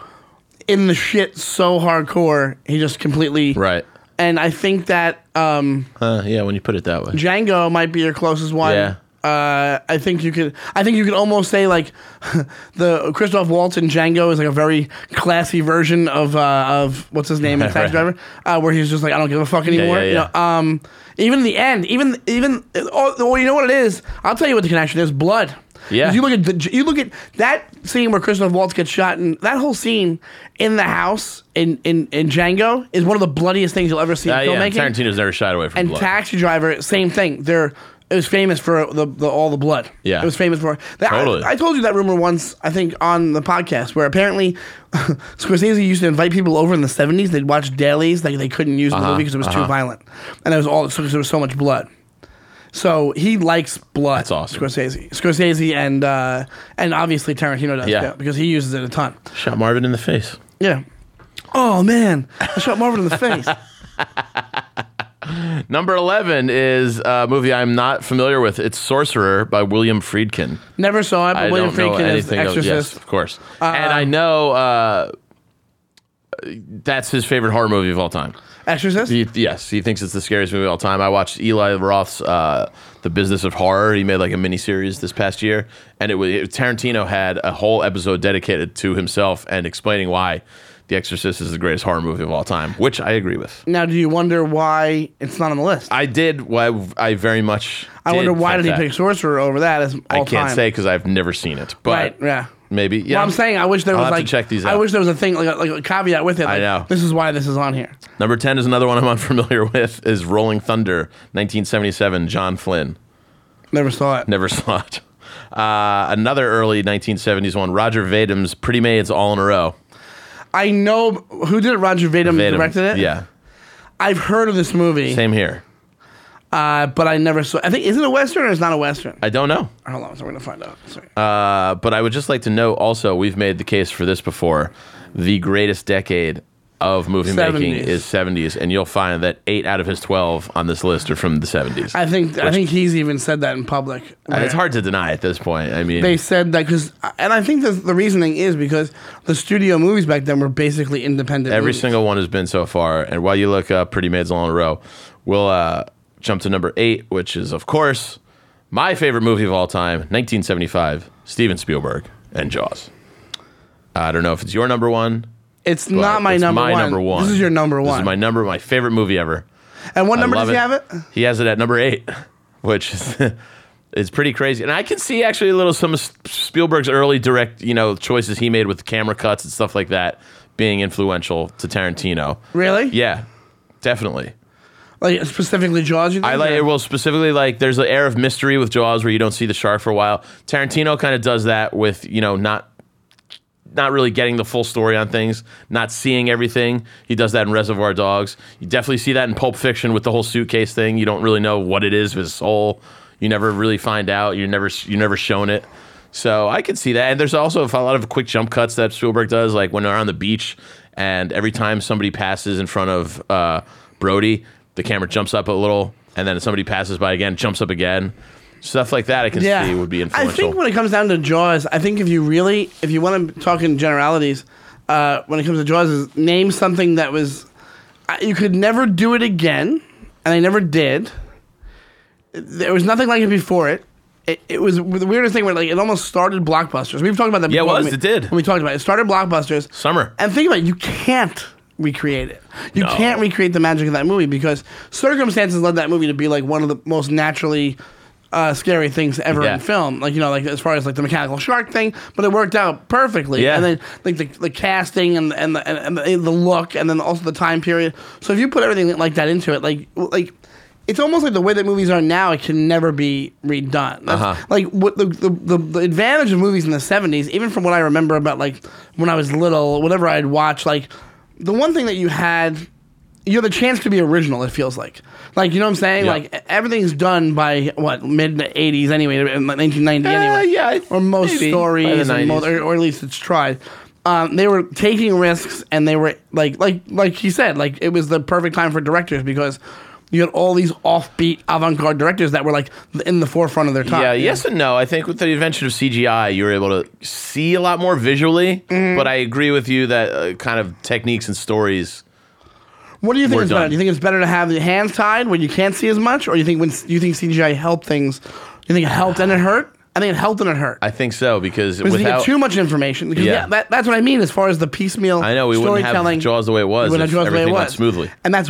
[SPEAKER 4] in the shit, so hardcore, he just completely
[SPEAKER 2] right.
[SPEAKER 4] And I think that um,
[SPEAKER 2] Uh, yeah, when you put it that way.
[SPEAKER 4] Django might be your closest one.
[SPEAKER 2] Yeah.
[SPEAKER 4] Uh, I think you could. I think you could almost say like the Christoph Waltz in Django is like a very classy version of uh, of what's his name in Taxi
[SPEAKER 2] Right.
[SPEAKER 4] Driver, uh, where he's just like I don't give a fuck anymore.
[SPEAKER 2] yeah,
[SPEAKER 4] you know, um, even the end, even even oh, well, you know what it is. I'll tell you what the connection is. Blood.
[SPEAKER 2] Yeah.
[SPEAKER 4] You look at the, you look at that scene where Christoph Waltz gets shot, and that whole scene in the house in in, in Django is one of the bloodiest things you'll ever see
[SPEAKER 2] Uh,
[SPEAKER 4] in
[SPEAKER 2] yeah,
[SPEAKER 4] filmmaking.
[SPEAKER 2] Tarantino's never shied away from
[SPEAKER 4] And
[SPEAKER 2] blood.
[SPEAKER 4] Taxi Driver, same thing. They're it was famous for the, the all the blood.
[SPEAKER 2] Yeah.
[SPEAKER 4] it was famous for that. I-
[SPEAKER 2] Totally.
[SPEAKER 4] I, told you that rumor once. I think on the podcast where apparently Scorsese used to invite people over in the seventies. They'd watch dailies like they couldn't use in
[SPEAKER 2] Uh-huh,
[SPEAKER 4] the movie because it was too violent, and it was all because there was so much blood. So he likes blood. That's
[SPEAKER 2] awesome.
[SPEAKER 4] Scorsese. Scorsese and uh, and obviously Tarantino does
[SPEAKER 2] Yeah.
[SPEAKER 4] too, because he uses it a ton.
[SPEAKER 2] Shot Marvin in the face.
[SPEAKER 4] Yeah. Oh man, I shot Marvin in the face.
[SPEAKER 2] Number eleven is a movie I'm not familiar with. It's Sorcerer by William Friedkin.
[SPEAKER 4] Never saw it, but
[SPEAKER 2] I
[SPEAKER 4] William
[SPEAKER 2] don't know
[SPEAKER 4] Friedkin is the
[SPEAKER 2] anything of
[SPEAKER 4] Exorcist. um,
[SPEAKER 2] yes, of course. and I know uh, that's his favorite horror movie of all time.
[SPEAKER 4] Exorcist.
[SPEAKER 2] He, yes, he thinks it's the scariest movie of all time. I watched Eli Roth's uh, The Business of Horror. He made like a mini series this past year, and it was Tarantino had a whole episode dedicated to himself and explaining why The Exorcist is the greatest horror movie of all time, which I agree with.
[SPEAKER 4] Now, do you wonder why it's not on the list? I,
[SPEAKER 2] I did. Why I very much. did
[SPEAKER 4] wonder why
[SPEAKER 2] think
[SPEAKER 4] did he
[SPEAKER 2] that.
[SPEAKER 4] pick Sorcerer over that as all
[SPEAKER 2] I can't
[SPEAKER 4] time.
[SPEAKER 2] say because I've never seen it, but
[SPEAKER 4] Right, yeah.
[SPEAKER 2] maybe. Yeah,
[SPEAKER 4] Well, I'm saying I wish there
[SPEAKER 2] I'll
[SPEAKER 4] was
[SPEAKER 2] have to
[SPEAKER 4] like
[SPEAKER 2] check these
[SPEAKER 4] I
[SPEAKER 2] out.
[SPEAKER 4] wish there was a thing like a, like a caveat with it. Like,
[SPEAKER 2] know.
[SPEAKER 4] This is why this is on here.
[SPEAKER 2] number ten is another one I'm unfamiliar with. Is Rolling Thunder, 1977, John Flynn.
[SPEAKER 4] Never saw it.
[SPEAKER 2] Never saw it. Uh, another early 1970s one, Roger Vadim's Pretty Maids All in a Row.
[SPEAKER 4] I know who did it. Roger Vadim
[SPEAKER 2] Vadim,
[SPEAKER 4] directed it.
[SPEAKER 2] Yeah,
[SPEAKER 4] I've heard of this movie,
[SPEAKER 2] same here.
[SPEAKER 4] uh, but I never saw. I think is it a western or it's not a western?
[SPEAKER 2] I don't know.
[SPEAKER 4] Hold on, so we're gonna find out. Sorry.
[SPEAKER 2] Uh, but I would just like to note also, we've made the case for this before. The greatest decade of movie making
[SPEAKER 4] 70s.
[SPEAKER 2] is 70s, and you'll find that eight out of his 12 on this list are from the 70s.
[SPEAKER 4] I think I think he's even said that in public.
[SPEAKER 2] And
[SPEAKER 4] where
[SPEAKER 2] Uh, it's hard to deny at this point. I mean,
[SPEAKER 4] They said that because, and I think the, the reasoning is because the studio movies back then were basically independent.
[SPEAKER 2] every
[SPEAKER 4] movies.
[SPEAKER 2] single one has been so far. And while you look up Pretty Maids All in a Row, we'll uh, jump to number eight, which is, of course, my favorite movie of all time 1975, Steven Spielberg and Jaws. I don't know if it's your number one.
[SPEAKER 4] It's
[SPEAKER 2] but
[SPEAKER 4] not my,
[SPEAKER 2] it's
[SPEAKER 4] number,
[SPEAKER 2] my
[SPEAKER 4] one.
[SPEAKER 2] number one.
[SPEAKER 4] This is your number
[SPEAKER 2] This
[SPEAKER 4] one.
[SPEAKER 2] is my number, my favorite movie ever.
[SPEAKER 4] and what
[SPEAKER 2] I
[SPEAKER 4] number
[SPEAKER 2] love
[SPEAKER 4] does he have it?
[SPEAKER 2] He has it at number eight, which is, is pretty crazy. And I can see actually a little some of S- Spielberg's early direct, you know, choices he made with camera cuts and stuff like that being influential to Tarantino.
[SPEAKER 4] Really?
[SPEAKER 2] Yeah, definitely.
[SPEAKER 4] Like specifically Jaws. You think,
[SPEAKER 2] I like
[SPEAKER 4] or-
[SPEAKER 2] it. Well, specifically, like there's an air of mystery with Jaws where you don't see the shark for a while. Tarantino kind of does that with you know not not really getting the full story on things, not seeing everything. He does that in Reservoir Dogs. You definitely see that in Pulp Fiction with the whole soutcase thing. You don't really know what it is with his soul. You never really find out. You never you never shown it. So I could see that. And there's also a lot of quick jump cuts that Spielberg does, like when they're on the beach, and every time somebody passes in front of uh, Brody, the camera jumps up a little, and then somebody passes by again, jumps up again. Stuff like that I can see would be influential.
[SPEAKER 4] I think when it comes down to Jaws, I think if you really, if you want to talk in generalities, uh, when it comes to Jaws, is name something that was I- you could never do it again, and I never did. There was nothing like it before it. It, it was the weirdest thing where like it almost started blockbusters. We've talked about that.
[SPEAKER 2] Yeah, it
[SPEAKER 4] before
[SPEAKER 2] was,
[SPEAKER 4] when we-
[SPEAKER 2] it did.
[SPEAKER 4] When we talked about it, it started blockbusters.
[SPEAKER 2] Summer.
[SPEAKER 4] And think about it, you can't recreate it. You
[SPEAKER 2] No.
[SPEAKER 4] can't recreate the magic of that movie because circumstances led that movie to be like one of the most naturally uh, scary things ever
[SPEAKER 2] Yeah.
[SPEAKER 4] in film. Like you know, like as far as like the mechanical shark thing, but it worked out perfectly.
[SPEAKER 2] Yeah.
[SPEAKER 4] And then like the, the casting and and the, and the the look and then also the time period. So if you put everything like that into it, like like. It's almost like the way that movies are now; it can never be redone. That's-
[SPEAKER 2] Uh-huh.
[SPEAKER 4] Like what the, the the the advantage of movies in the '70s, even from what I remember about like when I was little, whatever I'd watch, like the one thing that you had you have the chance to be original. It feels like, like you know what I'm saying.
[SPEAKER 2] Yeah.
[SPEAKER 4] Like e, everything's done by what mid '80s anyway, in 1990 anyway.
[SPEAKER 2] Uh, yeah, I-
[SPEAKER 4] or most
[SPEAKER 2] maybe by the
[SPEAKER 4] stories, and
[SPEAKER 2] 90s.
[SPEAKER 4] most, or, or at least it's tried. Um, they were taking risks, and they were like, like, like he said, like it was the perfect time for directors because you had all these offbeat, avant-garde directors that were like in the forefront of their time.
[SPEAKER 2] Yeah, yes and no. I think with the invention of CGI, you were able to see a lot more visually.
[SPEAKER 4] Mm-hmm.
[SPEAKER 2] But I agree with you that uh, kind of techniques and stories.
[SPEAKER 4] What do you think
[SPEAKER 2] We're
[SPEAKER 4] is
[SPEAKER 2] done.
[SPEAKER 4] better? Do you think it's better to have the hands tied when you can't see as much, or you think when you think CGI helped things? You think it helped and it hurt? I think it helped and it hurt.
[SPEAKER 2] I think so because
[SPEAKER 4] Because you
[SPEAKER 2] without
[SPEAKER 4] get too much information. Because
[SPEAKER 2] Yeah.
[SPEAKER 4] yeah. that, that's what I mean as far as the piecemeal
[SPEAKER 2] I know we wouldn't have
[SPEAKER 4] storytelling.
[SPEAKER 2] Jaws the way it was.
[SPEAKER 4] wouldn't
[SPEAKER 2] if
[SPEAKER 4] have Jaws the way
[SPEAKER 2] everything
[SPEAKER 4] it
[SPEAKER 2] went
[SPEAKER 4] was.
[SPEAKER 2] smoothly.
[SPEAKER 4] And that's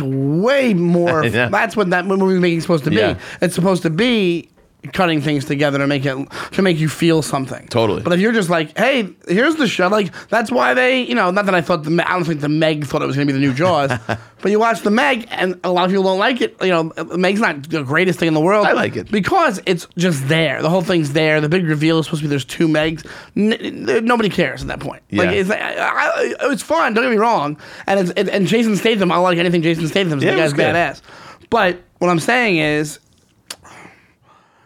[SPEAKER 4] way more.
[SPEAKER 2] Yeah.
[SPEAKER 4] That's what that movie making is supposed to be.
[SPEAKER 2] Yeah.
[SPEAKER 4] It's supposed to be cutting things together to make it to make you feel something.
[SPEAKER 2] Totally.
[SPEAKER 4] But if you're just like, hey, here's the show. Like that's why they, you know, not that I thought the Me- I don't think the Meg thought it was going to be the new Jaws, but you watch the Meg and a lot of people don't like it. You know, Meg's not the greatest thing in the world.
[SPEAKER 2] I like it.
[SPEAKER 4] because it's just there. The whole thing's there. The big reveal is supposed to be there's two Megs. N- n- nobody cares at that point. Like
[SPEAKER 2] Yeah.
[SPEAKER 4] it's, I, I, it's fun. Don't get me wrong. And it's, and- and Jason Statham, I like anything Jason Statham's.
[SPEAKER 2] Yeah,
[SPEAKER 4] the
[SPEAKER 2] it was
[SPEAKER 4] guy's
[SPEAKER 2] good.
[SPEAKER 4] badass. But what I'm saying is,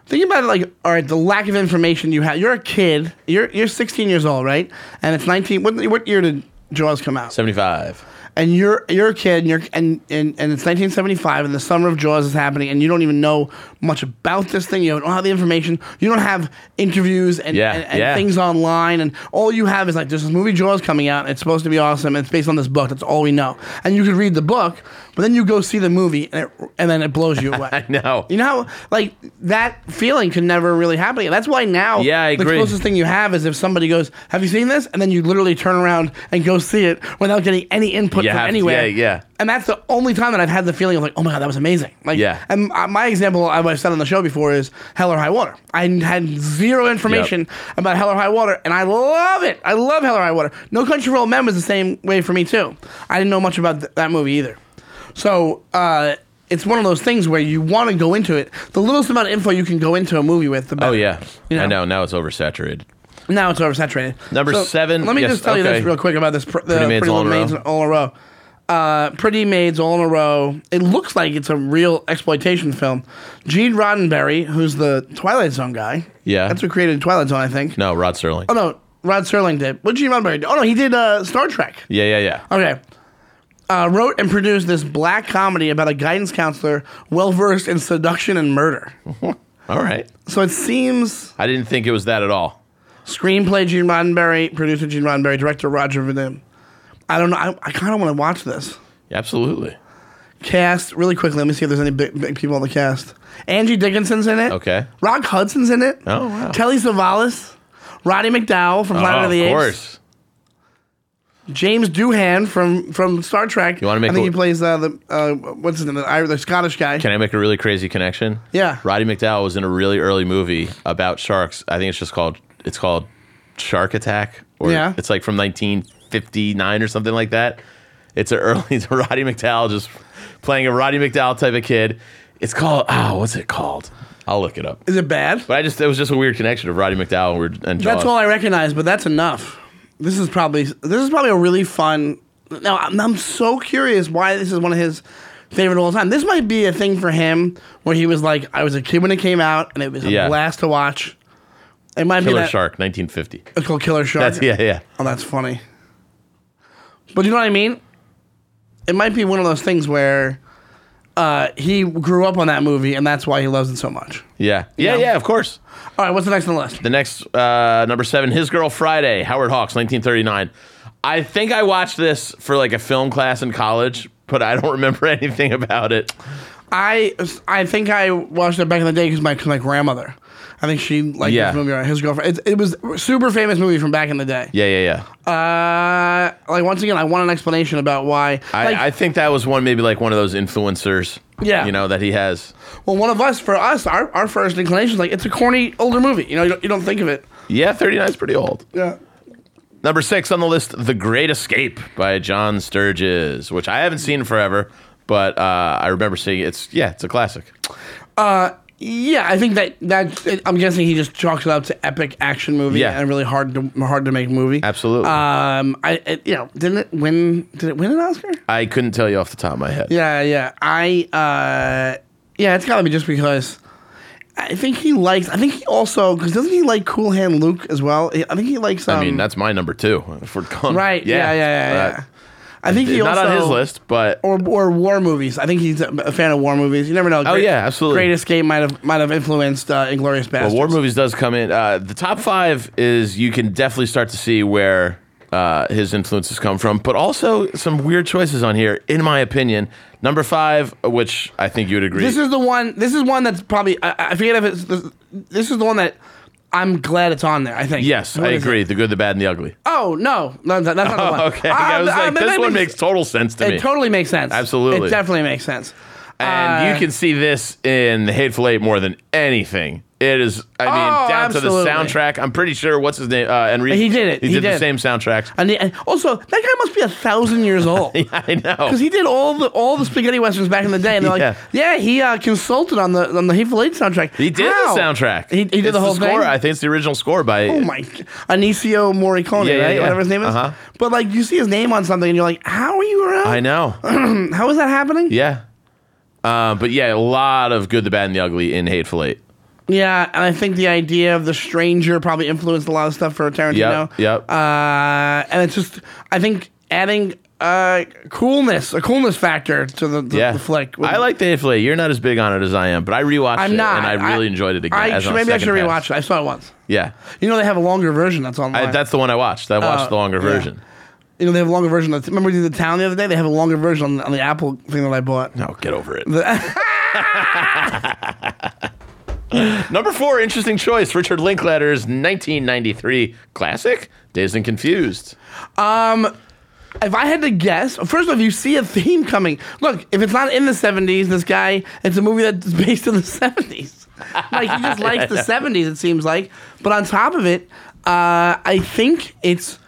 [SPEAKER 4] think about it like all right, the lack of information you have. You're a kid. You're you're 16 years old, right? And it's 19. What what year did Jaws come out?
[SPEAKER 2] Seventy-five.
[SPEAKER 4] and you're you're a kid, and you're and, and and it's 1975, and the summer of Jaws is happening, and you don't even know much about this thing. You don't have the information. You don't have interviews and
[SPEAKER 2] Yeah,
[SPEAKER 4] and, and
[SPEAKER 2] yeah.
[SPEAKER 4] things online, and all you have is like there's this movie Jaws coming out. and It's supposed to be awesome. And it's based on this book. That's all we know. And you could read the book, but then you go see the movie, and it, and then it blows you away. I
[SPEAKER 2] know.
[SPEAKER 4] You know, how, like that feeling can never really happen. again. That's why now,
[SPEAKER 2] Yeah, I
[SPEAKER 4] the
[SPEAKER 2] agree.
[SPEAKER 4] closest thing you have is if somebody goes, "Have you seen this?" and then you literally turn around and go see it without getting any input
[SPEAKER 2] You
[SPEAKER 4] from
[SPEAKER 2] have-
[SPEAKER 4] anywhere.
[SPEAKER 2] yeah, yeah.
[SPEAKER 4] And that's the only time that I've had the feeling of like, "Oh my god, that was amazing!" Like,
[SPEAKER 2] Yeah.
[SPEAKER 4] And uh, my example I've I've said on the show before is Hell or High Water. I had zero information about Hell or High Water, and I love it. I love Hell or High Water. No Country for Old Men was the same way for me too. I didn't know much about th- that movie either. So uh, it's one of those things where you want to go into it. The littlest amount of info you can go into a movie with. The
[SPEAKER 2] Oh
[SPEAKER 4] better.
[SPEAKER 2] yeah,
[SPEAKER 4] You know?
[SPEAKER 2] I know. Now it's oversaturated.
[SPEAKER 4] Now it's oversaturated.
[SPEAKER 2] Number seven-
[SPEAKER 4] Let me
[SPEAKER 2] yes,
[SPEAKER 4] just tell you
[SPEAKER 2] okay.
[SPEAKER 4] this real quick about this. Pr- the
[SPEAKER 2] Pretty
[SPEAKER 4] Pretty,
[SPEAKER 2] Maids All
[SPEAKER 4] Little
[SPEAKER 2] in a
[SPEAKER 4] Maids
[SPEAKER 2] Row.
[SPEAKER 4] all in a row. Uh, Pretty Maids all in a row. It looks like it's a real exploitation film. Gene Roddenberry, who's the Twilight Zone guy.
[SPEAKER 2] Yeah.
[SPEAKER 4] That's who created Twilight Zone, I think.
[SPEAKER 2] No, Rod Serling.
[SPEAKER 4] Oh no, Rod Serling did. What did Gene Roddenberry do? Oh no, he did uh, Star Trek.
[SPEAKER 2] Yeah, yeah, yeah.
[SPEAKER 4] Okay. Uh, wrote and produced this black comedy about a guidance counselor well versed in seduction and murder.
[SPEAKER 2] All right.
[SPEAKER 4] So it seems
[SPEAKER 2] I didn't think it was that at all.
[SPEAKER 4] Screenplay Gene Roddenberry, producer Gene Roddenberry, director Roger Vadim. I don't know. I, I kind of want to watch this.
[SPEAKER 2] Absolutely.
[SPEAKER 4] Cast really quickly. Let me see if there's any big, big people on the cast. Angie Dickinson's in it.
[SPEAKER 2] Okay.
[SPEAKER 4] Rock Hudson's in it.
[SPEAKER 2] Oh, wow.
[SPEAKER 4] Telly Savalas, Roddy McDowell from Planet
[SPEAKER 2] Oh,
[SPEAKER 4] of the
[SPEAKER 2] of
[SPEAKER 4] Apes.
[SPEAKER 2] course.
[SPEAKER 4] James Doohan from from Star Trek.
[SPEAKER 2] You wanna make
[SPEAKER 4] I think
[SPEAKER 2] a-
[SPEAKER 4] he plays uh, the uh, what's his name? The, Irish, the Scottish guy.
[SPEAKER 2] Can I make a really crazy connection?
[SPEAKER 4] Yeah.
[SPEAKER 2] Roddy McDowell was in a really early movie about sharks. I think it's just called it's called Shark Attack or
[SPEAKER 4] Yeah.
[SPEAKER 2] it's like from 1959 or something like that. It's an early it's Roddy McDowell just playing a Roddy McDowell type of kid. It's called oh, what's it called? I'll look it up.
[SPEAKER 4] Is it bad?
[SPEAKER 2] But I just it was just a weird connection of Roddy McDowell and we're- and Jaws.
[SPEAKER 4] That's all I recognize, but that's enough. This is probably this is probably a really fun. Now I'm, I'm so curious why this is one of his favorite of all time. This might be a thing for him where he was like, I was a kid when it came out, and it was a
[SPEAKER 2] Yeah.
[SPEAKER 4] blast to watch. It might be
[SPEAKER 2] Killer
[SPEAKER 4] that,
[SPEAKER 2] Shark 1950.
[SPEAKER 4] It's called Killer Shark.
[SPEAKER 2] That's yeah, yeah.
[SPEAKER 4] Oh, that's funny. But you know what I mean? It might be one of those things where uh, he grew up on that movie, and that's why he loves it so much.
[SPEAKER 2] Yeah. Yeah, yeah, of course.
[SPEAKER 4] All right, what's the next on the list?
[SPEAKER 2] The next uh, number seven, His Girl Friday, Howard Hawks, 1939. I think I watched this for like a film class in college, but I don't remember anything about it.
[SPEAKER 4] I I think I watched it back in the day because my 'cause my grandmother, I think she liked
[SPEAKER 2] Yeah.
[SPEAKER 4] this movie. Or his girlfriend. It, it was a super famous movie from back in the day.
[SPEAKER 2] Yeah, yeah, yeah.
[SPEAKER 4] Uh, like once again, I want an explanation about why.
[SPEAKER 2] I,
[SPEAKER 4] like,
[SPEAKER 2] I think that was one maybe like one of those influencers.
[SPEAKER 4] Yeah.
[SPEAKER 2] you know that he has.
[SPEAKER 4] well, one of us for us, our, our first inclination is like it's a corny older movie. You know, you don't, you don't think of it.
[SPEAKER 2] Yeah, 39 is pretty old.
[SPEAKER 4] Yeah.
[SPEAKER 2] Number six on the list, The Great Escape by John Sturges, which I haven't seen in forever, but uh, I remember seeing it. it's yeah, it's a classic.
[SPEAKER 4] Yeah, I think that that it, I'm guessing he just chalks it up to epic action movie
[SPEAKER 2] Yeah.
[SPEAKER 4] and really hard to hard to make movie.
[SPEAKER 2] Absolutely.
[SPEAKER 4] Um, I it, you know didn't it win? Did it win an Oscar?
[SPEAKER 2] I couldn't tell you off the top of my head.
[SPEAKER 4] Yeah, yeah. I uh yeah, it's gotta be just because I think he likes. I think he also because doesn't he like Cool Hand Luke as well? I think he likes. Um,
[SPEAKER 2] I mean that's my number two. If we're going,
[SPEAKER 4] right. Yeah, yeah, yeah, yeah.
[SPEAKER 2] right.
[SPEAKER 4] I think he
[SPEAKER 2] not
[SPEAKER 4] also
[SPEAKER 2] on his list, but
[SPEAKER 4] Or, or war movies. I think he's a- a fan of war movies. You never know.
[SPEAKER 2] Oh, yeah, absolutely.
[SPEAKER 4] Great Escape might have might have influenced uh, Inglorious Bastards.
[SPEAKER 2] but war movies does come in. Uh, the top five is you can definitely start to see where uh, his influences come from, but also some weird choices on here, in my opinion. Number five, which I think you'd agree.
[SPEAKER 4] This is the one. This is one that's probably. I, I forget if it's. This, this is the one that. I'm glad it's on there. I think.
[SPEAKER 2] yes,
[SPEAKER 4] What
[SPEAKER 2] I
[SPEAKER 4] is it?
[SPEAKER 2] agree. The good, the bad, and the ugly.
[SPEAKER 4] Oh no, no, that- that's not the one.
[SPEAKER 2] Oh, okay,
[SPEAKER 4] Uh,
[SPEAKER 2] I was
[SPEAKER 4] uh,
[SPEAKER 2] like,
[SPEAKER 4] that
[SPEAKER 2] this one makes total sense to
[SPEAKER 4] It
[SPEAKER 2] me.
[SPEAKER 4] totally makes sense.
[SPEAKER 2] Absolutely.
[SPEAKER 4] It definitely makes sense.
[SPEAKER 2] and you can see this in the Hateful Eight more than anything. It is, I mean,
[SPEAKER 4] Oh,
[SPEAKER 2] down to the
[SPEAKER 4] absolutely.
[SPEAKER 2] soundtrack. I'm pretty sure what's his name, uh, Enrique.
[SPEAKER 4] He did it.
[SPEAKER 2] He,
[SPEAKER 4] He
[SPEAKER 2] did, the
[SPEAKER 4] did.
[SPEAKER 2] same soundtracks.
[SPEAKER 4] And, the- and also, that guy must be a thousand years old. Because
[SPEAKER 2] I know.
[SPEAKER 4] he did all the all the spaghetti westerns back in the day, and they're
[SPEAKER 2] Yeah.
[SPEAKER 4] like, "Yeah, he uh, consulted on the on the Hateful Eight soundtrack.
[SPEAKER 2] He did
[SPEAKER 4] How?
[SPEAKER 2] the soundtrack.
[SPEAKER 4] He, he did
[SPEAKER 2] It's
[SPEAKER 4] the whole thing.
[SPEAKER 2] score. I think it's the original score by.
[SPEAKER 4] oh my, Anicio Morricone,
[SPEAKER 2] Yeah, yeah,
[SPEAKER 4] right?
[SPEAKER 2] yeah.
[SPEAKER 4] Whatever his name is.
[SPEAKER 2] Uh-huh.
[SPEAKER 4] But like, you see his name on something, and you're like, "How are you around?
[SPEAKER 2] I know.
[SPEAKER 4] How is that happening?"
[SPEAKER 2] Yeah. Uh, but yeah, a lot of good, the bad, and the ugly in Hateful Eight.
[SPEAKER 4] Yeah, and I think the idea of the stranger probably influenced a lot of stuff for Tarantino.
[SPEAKER 2] Yep, yep.
[SPEAKER 4] Uh, and it's just, I think adding uh, coolness, a coolness factor to the, the,
[SPEAKER 2] Yeah,
[SPEAKER 4] the flick.
[SPEAKER 2] I like the hit flick. You're not as big on it as I am, but I rewatched
[SPEAKER 4] I'm
[SPEAKER 2] it
[SPEAKER 4] not.
[SPEAKER 2] and I really enjoyed it again.
[SPEAKER 4] I,
[SPEAKER 2] as
[SPEAKER 4] should-
[SPEAKER 2] on
[SPEAKER 4] maybe I
[SPEAKER 2] second
[SPEAKER 4] should rewatch
[SPEAKER 2] pass.
[SPEAKER 4] it. I saw it once.
[SPEAKER 2] Yeah,
[SPEAKER 4] You know they have a longer version that's online.
[SPEAKER 2] I, that's the one I watched. I watched the longer
[SPEAKER 4] Oh, yeah.
[SPEAKER 2] version.
[SPEAKER 4] you know they have a longer version. Of, remember we did the town the other day? They have a longer version on, the- on the Apple thing that I bought.
[SPEAKER 2] No, get over it. Number four, interesting choice. Richard Linklater's 1993 classic, Dazed and Confused.
[SPEAKER 4] If I had to guess, first off, you see a theme coming. Look, if it's not in the 70s, this guy, it's a movie that's based in the 70s. Like, he just likes the 70s, it seems like. But on top of it, uh, I think it's.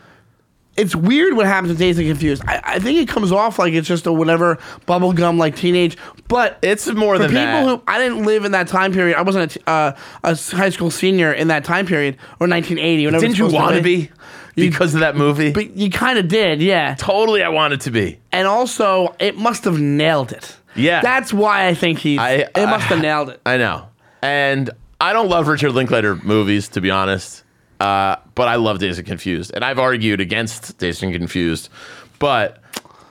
[SPEAKER 4] It's weird what happens to Days and Confused. I, I think it comes off like it's just a whatever bubblegum, like teenage. But
[SPEAKER 2] It's more
[SPEAKER 4] for
[SPEAKER 2] than
[SPEAKER 4] people
[SPEAKER 2] that.
[SPEAKER 4] who I didn't live in that time period. I wasn't a, t- uh, a s- high school senior in that time period or 1980. whenever
[SPEAKER 2] Didn't
[SPEAKER 4] it's
[SPEAKER 2] you
[SPEAKER 4] supposed
[SPEAKER 2] want to be? Because of that movie?
[SPEAKER 4] But you kind of did, yeah.
[SPEAKER 2] totally, I wanted to be.
[SPEAKER 4] And also, it must have nailed it.
[SPEAKER 2] Yeah.
[SPEAKER 4] That's why I think he's.
[SPEAKER 2] I-
[SPEAKER 4] it must have nailed it.
[SPEAKER 2] I know. And I don't love Richard Linklater movies, to be honest. Uh, but I love Days and Confused. And I've argued against Days and Confused. But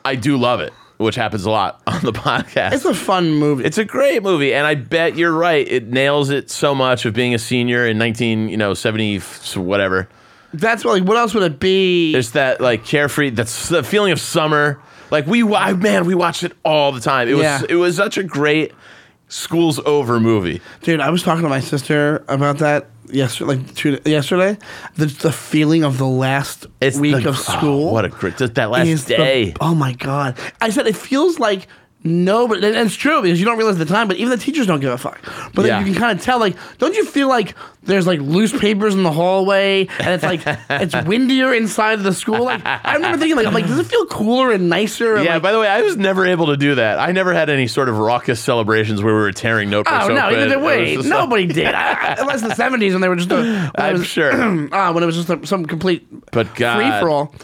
[SPEAKER 2] I do love it, which happens a lot on the podcast.
[SPEAKER 4] It's a fun movie.
[SPEAKER 2] It's a great movie, and I bet you're right. It nails it so much of being a senior in 19, you know, 70, f- whatever.
[SPEAKER 4] That's like, what else would it be?
[SPEAKER 2] There's that like carefree, that's the feeling of summer. Like we, wa- man, we watched it all the time. It was,
[SPEAKER 4] Yeah.
[SPEAKER 2] it was such a great school's over movie.
[SPEAKER 4] Dude, I was talking to my sister about that yesterday. Like two, yesterday, the, the feeling of the last
[SPEAKER 2] It's
[SPEAKER 4] week
[SPEAKER 2] the-
[SPEAKER 4] of
[SPEAKER 2] oh,
[SPEAKER 4] school.
[SPEAKER 2] what a great just that last
[SPEAKER 4] is the-
[SPEAKER 2] day.
[SPEAKER 4] oh my god! I said it feels like no, but and it's true because you don't realize the time. But even the teachers don't give a fuck. But
[SPEAKER 2] Yeah.
[SPEAKER 4] then you can kind of tell, like, don't you feel like there's like loose papers in the hallway, and it's like it's windier inside the school. Like I remember thinking, like, I'm like, does it feel cooler and nicer? And,
[SPEAKER 2] yeah.
[SPEAKER 4] like,
[SPEAKER 2] by the way, I was never able to do that. I never had any sort of raucous celebrations where we were tearing notebooks.
[SPEAKER 4] Oh no!
[SPEAKER 2] open.
[SPEAKER 4] Either
[SPEAKER 2] It
[SPEAKER 4] did
[SPEAKER 2] was
[SPEAKER 4] we.
[SPEAKER 2] just like-
[SPEAKER 4] Nobody did, I, I- unless the '70s when they were just. A, when it
[SPEAKER 2] I'm
[SPEAKER 4] was,
[SPEAKER 2] sure.
[SPEAKER 4] ah, when it was just a, some complete
[SPEAKER 2] But God,
[SPEAKER 4] free for all.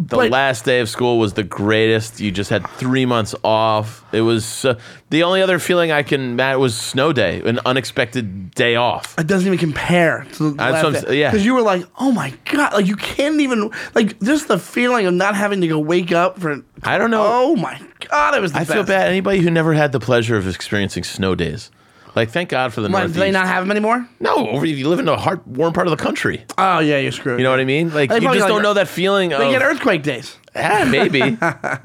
[SPEAKER 2] The
[SPEAKER 4] But-
[SPEAKER 2] last day of school was the greatest. You just had three months off. It was uh, the only other feeling I can. That was snow day, an unexpected day off.
[SPEAKER 4] it doesn't even compare to the
[SPEAKER 2] That's what I'm
[SPEAKER 4] last
[SPEAKER 2] s- yeah.
[SPEAKER 4] because you were like oh my god like you can't even like just the feeling of not having to go wake up for
[SPEAKER 2] I don't know.
[SPEAKER 4] oh my god it was the
[SPEAKER 2] I feel
[SPEAKER 4] best.
[SPEAKER 2] bad. Anybody who never had the pleasure of experiencing snow days, like thank God for the
[SPEAKER 4] What, do
[SPEAKER 2] Northeast.
[SPEAKER 4] they not have them anymore
[SPEAKER 2] no, over you live in a hard, warm part of the country.
[SPEAKER 4] oh yeah you're screwed
[SPEAKER 2] You know what I mean? Like
[SPEAKER 4] They
[SPEAKER 2] you
[SPEAKER 4] probably
[SPEAKER 2] just
[SPEAKER 4] got
[SPEAKER 2] don't
[SPEAKER 4] ear-
[SPEAKER 2] know that feeling
[SPEAKER 4] they
[SPEAKER 2] of
[SPEAKER 4] get earthquake days
[SPEAKER 2] Ah, maybe.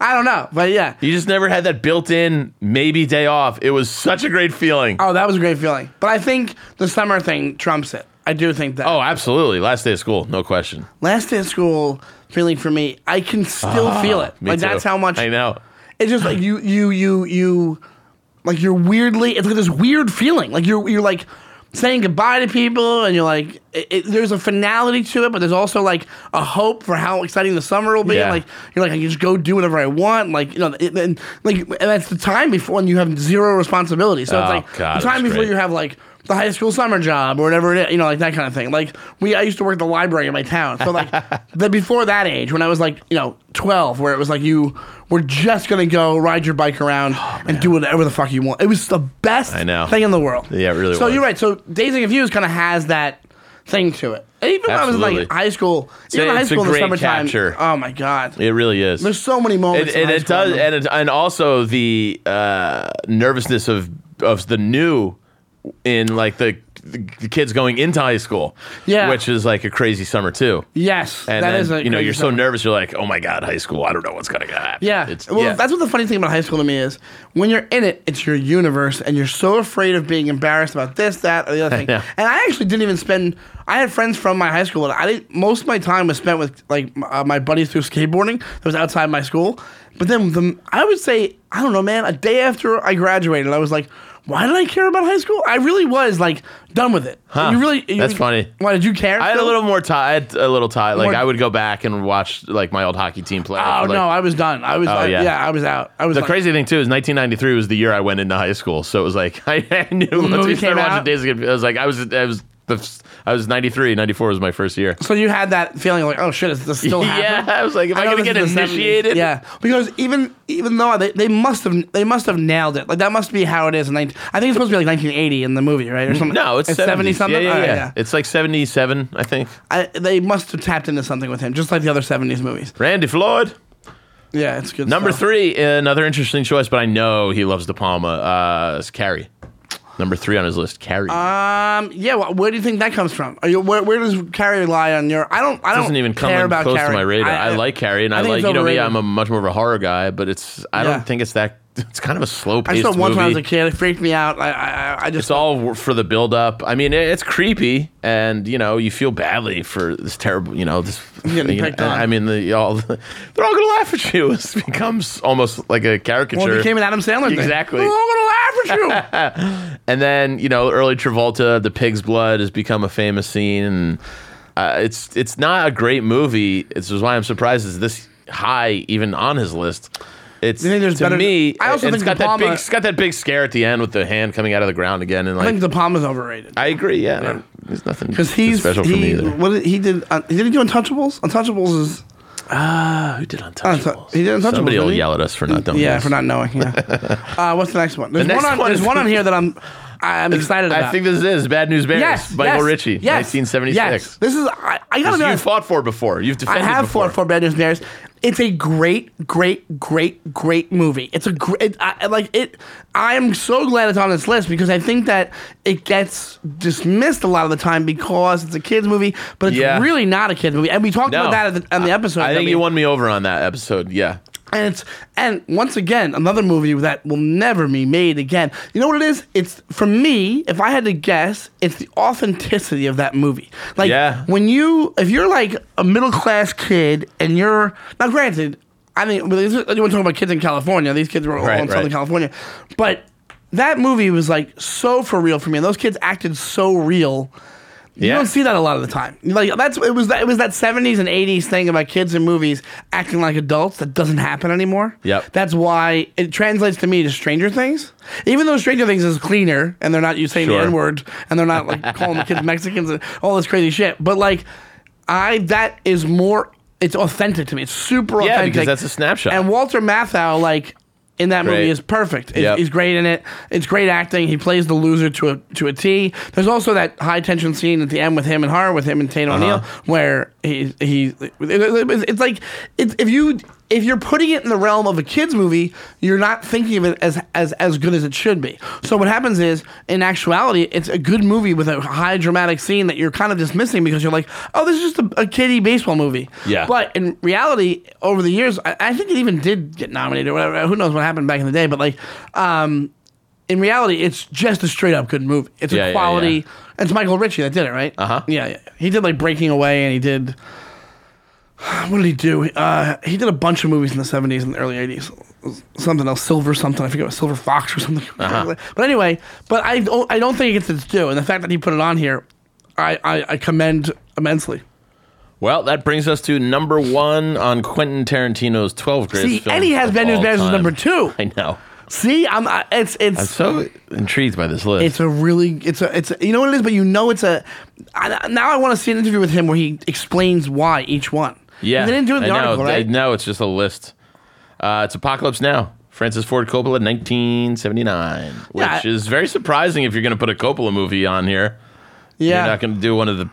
[SPEAKER 4] I don't know but yeah
[SPEAKER 2] you just never had that built-in maybe day off. It was such a great feeling.
[SPEAKER 4] oh that was a great feeling but I think the summer thing trumps it I do think that
[SPEAKER 2] Oh, absolutely. Last day of school, no question.
[SPEAKER 4] last day of school feeling for me I can still feel it
[SPEAKER 2] Ah, Me
[SPEAKER 4] like
[SPEAKER 2] too.
[SPEAKER 4] that's how much
[SPEAKER 2] I know.
[SPEAKER 4] It's just like you, you, you, you, like you're weirdly. It's like this weird feeling. Like you're, you're like saying goodbye to people, and you're like, it, it, there's a finality to it, but there's also like a hope for how exciting the summer will be.
[SPEAKER 2] Yeah.
[SPEAKER 4] Like you're like, I can just go do whatever I want. Like you know, it, and like and that's the time before when you have zero responsibility. So
[SPEAKER 2] Oh,
[SPEAKER 4] it's like
[SPEAKER 2] God,
[SPEAKER 4] the
[SPEAKER 2] that's
[SPEAKER 4] time before
[SPEAKER 2] great.
[SPEAKER 4] you have like. The high school summer job or whatever it is, you know, like that kind of thing. Like we, I used to work at the library in my town. So like, the before that age, when I was like, you know, twelve, where it was like you were just gonna go ride your bike around and do whatever the fuck you want. It was the best
[SPEAKER 2] Oh, I know.
[SPEAKER 4] thing in the world.
[SPEAKER 2] Yeah, it really
[SPEAKER 4] So
[SPEAKER 2] was.
[SPEAKER 4] you're right. So Days and Confused kind of has that thing to it. And even when I was
[SPEAKER 2] Absolutely.
[SPEAKER 4] in like high school, even in high
[SPEAKER 2] it's a
[SPEAKER 4] school in the
[SPEAKER 2] great
[SPEAKER 4] summertime.
[SPEAKER 2] capture.
[SPEAKER 4] Oh my god,
[SPEAKER 2] It really is.
[SPEAKER 4] there's so many moments.
[SPEAKER 2] and, and
[SPEAKER 4] in high
[SPEAKER 2] it
[SPEAKER 4] school I
[SPEAKER 2] does,
[SPEAKER 4] remember.
[SPEAKER 2] and it, and also the uh, nervousness of of the new in like the, the kids going into high school,
[SPEAKER 4] Yeah.
[SPEAKER 2] which is like a crazy summer too.
[SPEAKER 4] yes,
[SPEAKER 2] And
[SPEAKER 4] that
[SPEAKER 2] then,
[SPEAKER 4] is a
[SPEAKER 2] you know
[SPEAKER 4] crazy
[SPEAKER 2] you're so
[SPEAKER 4] summer.
[SPEAKER 2] nervous. You're like, oh my god, high school. I don't know what's gonna happen.
[SPEAKER 4] Yeah.
[SPEAKER 2] It's,
[SPEAKER 4] well,
[SPEAKER 2] yeah.
[SPEAKER 4] that's what the funny thing about high school to me is when you're in it, it's your universe, and you're so afraid of being embarrassed about this, that, or the other thing.
[SPEAKER 2] know.
[SPEAKER 4] And I actually didn't even spend. I had friends from my high school, and I didn't, most of my time was spent with like m- uh, my buddies through skateboarding. That was outside my school. But then the, I would say I don't know, man. A day after I graduated, I was like. Why did I care about high school? I really was like done with it.
[SPEAKER 2] Huh.
[SPEAKER 4] You really?
[SPEAKER 2] That's
[SPEAKER 4] you-
[SPEAKER 2] funny.
[SPEAKER 4] Why did you care?
[SPEAKER 2] I had a
[SPEAKER 4] still?
[SPEAKER 2] little more tie. I had a little tie. Like
[SPEAKER 4] More-
[SPEAKER 2] I would go back and watch like my old hockey team play.
[SPEAKER 4] Oh
[SPEAKER 2] Like, Oh,
[SPEAKER 4] no, I was done. I was. I-
[SPEAKER 2] yeah.
[SPEAKER 4] yeah. I was out. I was
[SPEAKER 2] The
[SPEAKER 4] like-
[SPEAKER 2] crazy thing too is 1993 was the year I went into high school, so it was like I, knew once we
[SPEAKER 4] movie
[SPEAKER 2] started
[SPEAKER 4] came
[SPEAKER 2] watching
[SPEAKER 4] out?
[SPEAKER 2] Days of Confu- I was like I was I was the f- I was 93, 94 was my first year.
[SPEAKER 4] So you had that feeling like, oh shit, is this still happening?
[SPEAKER 2] yeah, I was like, am I,
[SPEAKER 4] know
[SPEAKER 2] gonna
[SPEAKER 4] this
[SPEAKER 2] get
[SPEAKER 4] is the 70s.
[SPEAKER 2] initiated?
[SPEAKER 4] Yeah, because even even though they, they must have they must have nailed it. Like that must be how it is. In 19, I think it's supposed to be like 1980 in the movie, right? Or something.
[SPEAKER 2] Mm, No, it's, 70
[SPEAKER 4] 70 something.
[SPEAKER 2] Yeah, yeah,
[SPEAKER 4] All right,
[SPEAKER 2] yeah.
[SPEAKER 4] Oh, yeah.
[SPEAKER 2] It's like 77, I think.
[SPEAKER 4] I, they must have tapped into something with him, just like the other 70s movies.
[SPEAKER 2] Randy Floyd.
[SPEAKER 4] Yeah, it's good.
[SPEAKER 2] Number
[SPEAKER 4] stuff.
[SPEAKER 2] three, another interesting choice, but I know he loves De Palma. Uh, is Carrie. Number three on his list, Carrie.
[SPEAKER 4] Um. Yeah. Well, where do you think that comes from? Are you, where, where does Carrie lie on your? I don't. I don't
[SPEAKER 2] doesn't even come
[SPEAKER 4] care
[SPEAKER 2] in
[SPEAKER 4] about
[SPEAKER 2] close
[SPEAKER 4] Carrie.
[SPEAKER 2] to my radar. I, like Carrie, and I,
[SPEAKER 4] think
[SPEAKER 2] like
[SPEAKER 4] it's
[SPEAKER 2] you know me.
[SPEAKER 4] overrated.
[SPEAKER 2] I'm a much more of a horror guy, but it's I
[SPEAKER 4] Yeah.
[SPEAKER 2] don't think it's that. It's kind of a slow
[SPEAKER 4] I
[SPEAKER 2] paced
[SPEAKER 4] saw it
[SPEAKER 2] movie.
[SPEAKER 4] once when I was a kid. It freaked me out. I. I. I- I
[SPEAKER 2] it's
[SPEAKER 4] just.
[SPEAKER 2] all w- for the build up. I mean, it- it's creepy, and you know, you feel badly for this terrible. You know, this.
[SPEAKER 4] Getting
[SPEAKER 2] you know,
[SPEAKER 4] picked on.
[SPEAKER 2] I mean, the, all they're all gonna laugh at you. It becomes almost like a caricature.
[SPEAKER 4] well, it became an Adam Sandler thing.
[SPEAKER 2] Exactly.
[SPEAKER 4] Oh, I'm gonna laugh at you.
[SPEAKER 2] and then you know, early Travolta, the pig's blood has become a famous scene, and uh, it's it's not a great movie. It's is why I'm surprised it's this high even on his list. It's
[SPEAKER 4] You think there's
[SPEAKER 2] to
[SPEAKER 4] better-
[SPEAKER 2] me.
[SPEAKER 4] I also
[SPEAKER 2] and
[SPEAKER 4] think
[SPEAKER 2] it's got
[SPEAKER 4] De
[SPEAKER 2] that big,
[SPEAKER 4] Palma-
[SPEAKER 2] it's got that big scare at the end with the hand coming out of the ground again, and
[SPEAKER 4] I
[SPEAKER 2] like
[SPEAKER 4] think De Palma's overrated.
[SPEAKER 2] I agree. Yeah, no, there's nothing
[SPEAKER 4] Because he's
[SPEAKER 2] special
[SPEAKER 4] he,
[SPEAKER 2] for me either.
[SPEAKER 4] What did, he did? Uh, he didn't do Untouchables. Untouchables is
[SPEAKER 2] Ah, who did Untouchables?
[SPEAKER 4] he did Untouchables,
[SPEAKER 2] Somebody will
[SPEAKER 4] didn't he?
[SPEAKER 2] yell at us for not doing.
[SPEAKER 4] yeah
[SPEAKER 2] this.
[SPEAKER 4] for not knowing. Yeah. uh, what's the next one? There's
[SPEAKER 2] Oh, next
[SPEAKER 4] one on
[SPEAKER 2] one
[SPEAKER 4] there's
[SPEAKER 2] is-
[SPEAKER 4] one on here that I'm I'm excited about.
[SPEAKER 2] I think this is Bad News Bears.
[SPEAKER 4] yes,
[SPEAKER 2] Michael
[SPEAKER 4] yes,
[SPEAKER 2] Ritchie,
[SPEAKER 4] yes,
[SPEAKER 2] 1976.
[SPEAKER 4] Yes. This is I, I gotta
[SPEAKER 2] Because
[SPEAKER 4] be
[SPEAKER 2] you
[SPEAKER 4] honest.
[SPEAKER 2] fought for before. You've
[SPEAKER 4] I
[SPEAKER 2] defended.
[SPEAKER 4] have
[SPEAKER 2] before.
[SPEAKER 4] four four bad news bears. It's a great, great, great, great movie. It's a great it, I, I like it. I am so glad it's on this list because I think that it gets dismissed a lot of the time because it's a kids movie, but it's
[SPEAKER 2] Yeah.
[SPEAKER 4] really not a kids movie. And we talked
[SPEAKER 2] No.
[SPEAKER 4] about that at the, on the episode.
[SPEAKER 2] I
[SPEAKER 4] that
[SPEAKER 2] think
[SPEAKER 4] we-
[SPEAKER 2] you won me over on that episode. Yeah.
[SPEAKER 4] And it's and once again another movie that will never be made again. You know what it is? It's for me. If I had to guess, it's the authenticity of that movie. Like
[SPEAKER 2] Yeah.
[SPEAKER 4] when you, if you're like a middle class kid and you're now, granted, I mean, well, this is- you want to talk about kids in California? These kids were all
[SPEAKER 2] Right,
[SPEAKER 4] in Southern
[SPEAKER 2] right.
[SPEAKER 4] California, but that movie was like so for real for me, and those kids acted so real. You
[SPEAKER 2] Yeah.
[SPEAKER 4] don't see that a lot of the time. Like that's it was that it was that seventies and eighties thing about kids in movies acting like adults that doesn't happen anymore.
[SPEAKER 2] Yep.
[SPEAKER 4] That's why it translates to me to Stranger Things. Even though Stranger Things is cleaner and they're not you saying
[SPEAKER 2] Sure.
[SPEAKER 4] the N word and they're not like calling the kids Mexicans and all this crazy shit. But like I that is more it's authentic to me. It's super
[SPEAKER 2] Yeah,
[SPEAKER 4] authentic.
[SPEAKER 2] because that's a snapshot.
[SPEAKER 4] And Walter Matthau, like in that
[SPEAKER 2] Great.
[SPEAKER 4] movie, is perfect. He's-
[SPEAKER 2] Yep.
[SPEAKER 4] He's great in it. It's great acting. He plays the loser to a to a T. There's also that high tension scene at the end with him and her, with him and Tate O'Neill, where he he. It's like it's, if you if you're putting it in the realm of a kids movie, you're not thinking of it as as as good as it should be. So what happens is, in actuality, it's a good movie with a high dramatic scene that you're kind of dismissing because you're like, oh, this is just a, a kiddie baseball movie.
[SPEAKER 2] Yeah.
[SPEAKER 4] But in reality, over the years, I, I think it even did get nominated or whatever. Who knows what happened back in the day? But like, um, in reality, it's just a straight up good movie. It's
[SPEAKER 2] Yeah, yeah,
[SPEAKER 4] a quality. It's Michael Ritchie that did it, right? Uh
[SPEAKER 2] Uh-huh.
[SPEAKER 4] Yeah, yeah. He did like Breaking Away, and he did. What did he do? Uh, he did a bunch of movies in the seventies and the early eighties. Something else, Silver something. I forget what Silver Fox or something.
[SPEAKER 2] Uh-huh.
[SPEAKER 4] But anyway, but I don't, I don't think it gets its due, and the fact that he put it on here, I, I, I commend immensely.
[SPEAKER 2] Well, that brings us to number one on Quentin Tarantino's 12 greatest
[SPEAKER 4] See,
[SPEAKER 2] films.
[SPEAKER 4] and he has
[SPEAKER 2] of
[SPEAKER 4] Bad News
[SPEAKER 2] all
[SPEAKER 4] Bears as
[SPEAKER 2] time.
[SPEAKER 4] number two.
[SPEAKER 2] I know.
[SPEAKER 4] See, I'm. I, it's it's
[SPEAKER 2] I'm so intrigued by this list.
[SPEAKER 4] It's a really, it's a, it's a, you know what it is, but you know it's a. I, now I want to see an interview with him where he explains why each one.
[SPEAKER 2] yeah.
[SPEAKER 4] they didn't do it in the
[SPEAKER 2] I know,
[SPEAKER 4] article,
[SPEAKER 2] they-
[SPEAKER 4] right?
[SPEAKER 2] No, it's just a list. Uh, it's Apocalypse Now. Francis Ford Coppola, 1979, which
[SPEAKER 4] Yeah, I-
[SPEAKER 2] is very surprising if you're going to put a Coppola movie on here.
[SPEAKER 4] yeah,
[SPEAKER 2] You're not going to do one of the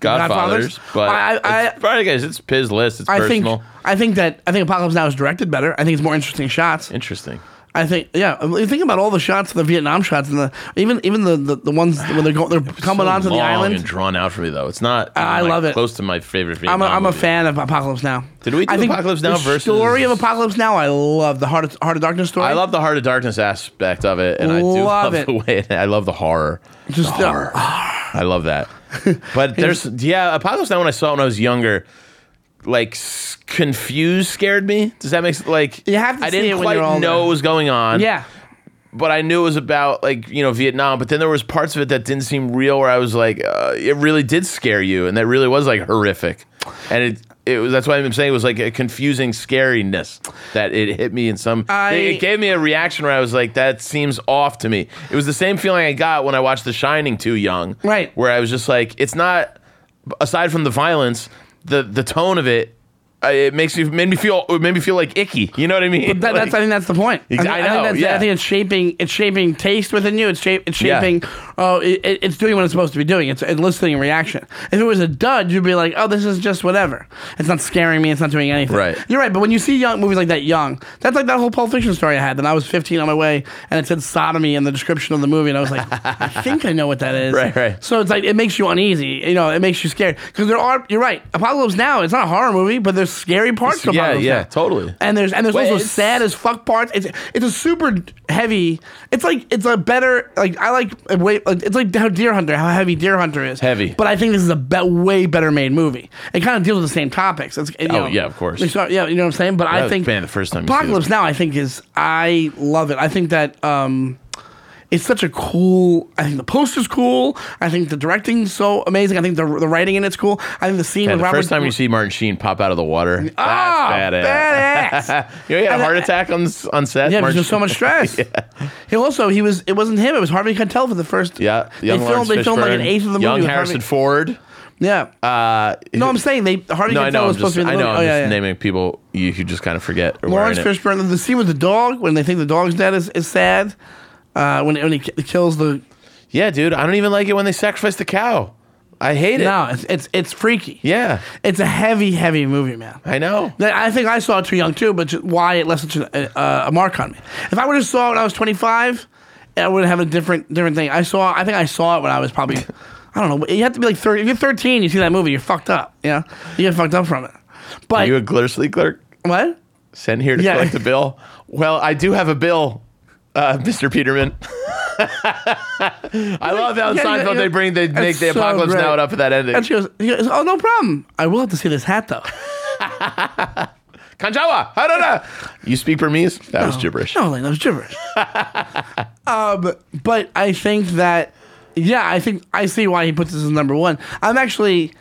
[SPEAKER 2] Godfathers,
[SPEAKER 4] Godfathers?
[SPEAKER 2] but
[SPEAKER 4] I- I-
[SPEAKER 2] it's, probably guys, it's his list. It's
[SPEAKER 4] I
[SPEAKER 2] personal.
[SPEAKER 4] think I think that I think Apocalypse Now is directed better. I think it's more interesting shots.
[SPEAKER 2] Interesting.
[SPEAKER 4] I think yeah. You think about all the shots, the Vietnam shots, and the even even the the, the ones when they're going, they're coming
[SPEAKER 2] so
[SPEAKER 4] onto the
[SPEAKER 2] long
[SPEAKER 4] island.
[SPEAKER 2] and drawn out for me though. It's not. even,
[SPEAKER 4] I
[SPEAKER 2] like,
[SPEAKER 4] love it.
[SPEAKER 2] Close to my favorite.
[SPEAKER 4] I'm a,
[SPEAKER 2] Vietnam
[SPEAKER 4] I'm a
[SPEAKER 2] movie.
[SPEAKER 4] fan of Apocalypse Now.
[SPEAKER 2] Did we do
[SPEAKER 4] I think
[SPEAKER 2] Apocalypse Now
[SPEAKER 4] the
[SPEAKER 2] versus-
[SPEAKER 4] story of Apocalypse Now? I love the Heart of, Heart of Darkness story.
[SPEAKER 2] I love the heart of darkness aspect of it, and I do love
[SPEAKER 4] Love it.
[SPEAKER 2] the way I love the horror.
[SPEAKER 4] just uh, the-
[SPEAKER 2] I love that. But there's yeah, Apocalypse Now when I saw it when I was younger, like s- confused scared me. Does that make s- like
[SPEAKER 4] You have to
[SPEAKER 2] I
[SPEAKER 4] see
[SPEAKER 2] didn't
[SPEAKER 4] it when
[SPEAKER 2] quite
[SPEAKER 4] you're older.
[SPEAKER 2] know what was going on.
[SPEAKER 4] yeah.
[SPEAKER 2] but I knew it was about like you know Vietnam. But then there was parts of it that didn't seem real, where I was like, uh, it really did scare you, and that really was like horrific, and it. It was, that's why I'm saying it was like a confusing scariness that it hit me in some.
[SPEAKER 4] I-
[SPEAKER 2] it, it gave me a reaction where I was like, "That seems off to me." It was the same feeling I got when I watched The Shining too young,
[SPEAKER 4] Right.
[SPEAKER 2] Where I was just like, "It's not." Aside from the violence, the the tone of it uh, it makes me made me feel it made me feel like icky. You know what I mean?
[SPEAKER 4] That, that's, I
[SPEAKER 2] Like-
[SPEAKER 4] think that's the point.
[SPEAKER 2] Ex-
[SPEAKER 4] think-
[SPEAKER 2] I
[SPEAKER 4] think
[SPEAKER 2] know,
[SPEAKER 4] that's,
[SPEAKER 2] yeah.
[SPEAKER 4] I think it's shaping. It's shaping taste within you. It's, shape, it's
[SPEAKER 2] Yeah.
[SPEAKER 4] shaping. Oh, it, it- it's doing what it's supposed to be doing. It's eliciting a reaction. If it was a dud, you'd be like, "Oh, this is just whatever. It's not scaring me. It's not doing anything."
[SPEAKER 2] Right.
[SPEAKER 4] You're right. But when you see young movies like that, young, that's like that whole Pulp Fiction story I had. Then I was 15 on my way, and it said sodomy in the description of the movie, and I was like, "I think I know what that is."
[SPEAKER 2] Right, right.
[SPEAKER 4] So it's like it makes you uneasy. You know, it makes you scared because there are. You're right. Apocalypse Now. It's not a horror movie, but there's scary parts. to
[SPEAKER 2] Yeah,
[SPEAKER 4] Apocalypse
[SPEAKER 2] yeah,
[SPEAKER 4] Now.
[SPEAKER 2] totally.
[SPEAKER 4] And there's and there's
[SPEAKER 2] Well,
[SPEAKER 4] also
[SPEAKER 2] it's-
[SPEAKER 4] sad as fuck parts. It's it's a super heavy. It's like it's a better like I like uh, wait. like, It's like how Deer Hunter, how heavy Deer Hunter is.
[SPEAKER 2] Heavy.
[SPEAKER 4] But I think this is a be- way better made movie. It kind of deals with the same topics. It's, you
[SPEAKER 2] Oh,
[SPEAKER 4] know,
[SPEAKER 2] yeah, of course.
[SPEAKER 4] it's not- yeah, you know what I'm saying. But I
[SPEAKER 2] was
[SPEAKER 4] think
[SPEAKER 2] banned the first time you see this.
[SPEAKER 4] Apocalypse Now, I think is I love it. I think that. um it's such a cool. I think the poster's cool. I think the directing's so amazing. I think the, the writing in it's cool. I think the scene
[SPEAKER 2] Yeah,
[SPEAKER 4] with
[SPEAKER 2] the
[SPEAKER 4] Robert. Ah,
[SPEAKER 2] first time you see Martin Sheen pop out of the water, that's
[SPEAKER 4] badass.
[SPEAKER 2] badass. you know, he had
[SPEAKER 4] And
[SPEAKER 2] a heart
[SPEAKER 4] that-
[SPEAKER 2] attack on s- on set.
[SPEAKER 4] Yeah,
[SPEAKER 2] Martin
[SPEAKER 4] because there's so
[SPEAKER 2] Sheen.
[SPEAKER 4] much stress. He also he was it wasn't him. It was Harvey Keitel for the first.
[SPEAKER 2] Yeah,
[SPEAKER 4] they filmed they filmed like an eighth of the
[SPEAKER 2] Young
[SPEAKER 4] movie. with
[SPEAKER 2] Harrison
[SPEAKER 4] Harvey-
[SPEAKER 2] Ford.
[SPEAKER 4] yeah.
[SPEAKER 2] Uh,
[SPEAKER 4] no, I'm saying they Harvey
[SPEAKER 2] no,
[SPEAKER 4] Keitel
[SPEAKER 2] I know. I'm
[SPEAKER 4] was
[SPEAKER 2] just,
[SPEAKER 4] supposed to be. In the
[SPEAKER 2] I know.
[SPEAKER 4] Movie.
[SPEAKER 2] I'm
[SPEAKER 4] oh, yeah,
[SPEAKER 2] just
[SPEAKER 4] yeah.
[SPEAKER 2] naming people you, you just kind of forget. or were
[SPEAKER 4] Lawrence
[SPEAKER 2] in it.
[SPEAKER 4] Fishburne. The scene with the dog when they think the dog's dead is, is sad. Uh, when when he ki- kills the
[SPEAKER 2] Yeah, dude. I don't even like it when they sacrifice the cow. I hate it.
[SPEAKER 4] no, it's it's, it's freaky.
[SPEAKER 2] Yeah,
[SPEAKER 4] It's a heavy, heavy movie, man.
[SPEAKER 2] I know.
[SPEAKER 4] That- I think I saw it too young too, but ju- why it left such a, a, a mark on me. If I would have saw it when I was 25, I would have a different different thing. I saw, I think I saw it when I was probably, I don't know. You have to be like 30. If you're 13, you see that movie, you're fucked up. You know, you get fucked up from it.
[SPEAKER 2] Are
[SPEAKER 4] But
[SPEAKER 2] you a Glittersley clerk?
[SPEAKER 4] what?
[SPEAKER 2] Send here to
[SPEAKER 4] Yeah.
[SPEAKER 2] collect a bill. Well, I do have a bill, uh, Mr. Peterman. I love how in
[SPEAKER 4] yeah, yeah,
[SPEAKER 2] Seinfeld
[SPEAKER 4] yeah.
[SPEAKER 2] they bring they make
[SPEAKER 4] That's
[SPEAKER 2] the
[SPEAKER 4] so
[SPEAKER 2] apocalypse
[SPEAKER 4] great.
[SPEAKER 2] now it up for that ending.
[SPEAKER 4] And she goes, he goes, oh no problem. I will have to see this hat though.
[SPEAKER 2] Kanjawa, harada. You speak Burmese? That was gibberish.
[SPEAKER 4] No, Elaine, that was gibberish. um, but I think that, yeah, I think I see why he puts this as number one. I'm actually,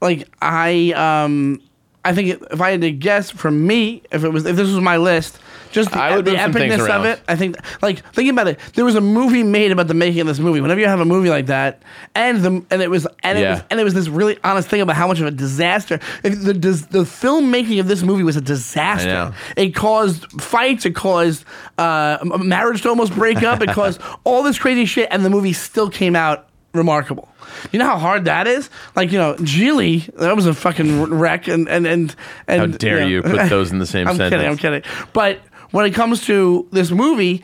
[SPEAKER 4] like, I, um, I think if I had to guess from me, if it was, if this was my list, just the,
[SPEAKER 2] I would
[SPEAKER 4] the
[SPEAKER 2] move some things
[SPEAKER 4] epicness of
[SPEAKER 2] around.
[SPEAKER 4] it. I think, like, thinking about it, there was a movie made about the making of this movie. Whenever you have a movie like that, and the and it was and it
[SPEAKER 2] Yeah.
[SPEAKER 4] was and it was this really honest thing about how much of a disaster if the dis- the filmmaking of this movie was a disaster.
[SPEAKER 2] I know.
[SPEAKER 4] It caused fights. It caused uh, m- marriage to almost break up. It caused all this crazy shit, and the movie still came out remarkable. You know how hard that is? Like you know, Geely, that was a fucking wreck. And and and, and
[SPEAKER 2] How dare
[SPEAKER 4] know.
[SPEAKER 2] you put those in the same
[SPEAKER 4] I'm
[SPEAKER 2] sentence?
[SPEAKER 4] kidding. I'm kidding. But when it comes to this movie.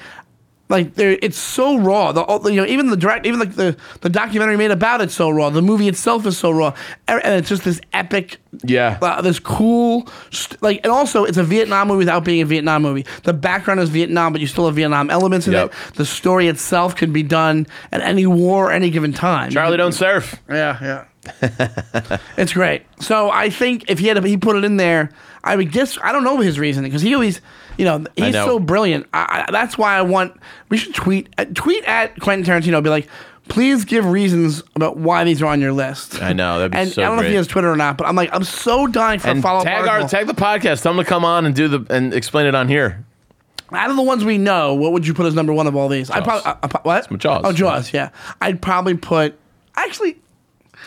[SPEAKER 4] Like there, it's so raw. The all- you know, even the direct, even like the the documentary made about it's so raw. The movie itself is so raw, E, and and it's just this epic
[SPEAKER 2] Yeah.
[SPEAKER 4] uh, this cool, st- like, and also it's a Vietnam movie without being a Vietnam movie. The background is Vietnam, but you still have Vietnam elements in
[SPEAKER 2] Yep.
[SPEAKER 4] it. The story itself can be done at any war, any given time.
[SPEAKER 2] Charlie, don't surf.
[SPEAKER 4] Yeah, yeah. it's great. So I think if he had he put it in there, I would guess I don't know his reasoning because he always, you know, he's
[SPEAKER 2] know.
[SPEAKER 4] so brilliant. I, I, that's why I want we should tweet uh, tweet at Quentin Tarantino. Be like, please give reasons about why these are on your list.
[SPEAKER 2] I know, that'd be
[SPEAKER 4] and
[SPEAKER 2] so
[SPEAKER 4] I don't know if he
[SPEAKER 2] great.
[SPEAKER 4] has Twitter or not, but I'm like I'm so dying for a
[SPEAKER 2] And
[SPEAKER 4] follow up.
[SPEAKER 2] tag our, tag the podcast. Tell them to come on and do the and explain it on here.
[SPEAKER 4] Out of the ones we know, what would you put as number one of all these? I
[SPEAKER 2] Jaws.
[SPEAKER 4] probably uh, uh, what?
[SPEAKER 2] Jaws.
[SPEAKER 4] Oh, Jaws. Yeah, I'd probably put actually.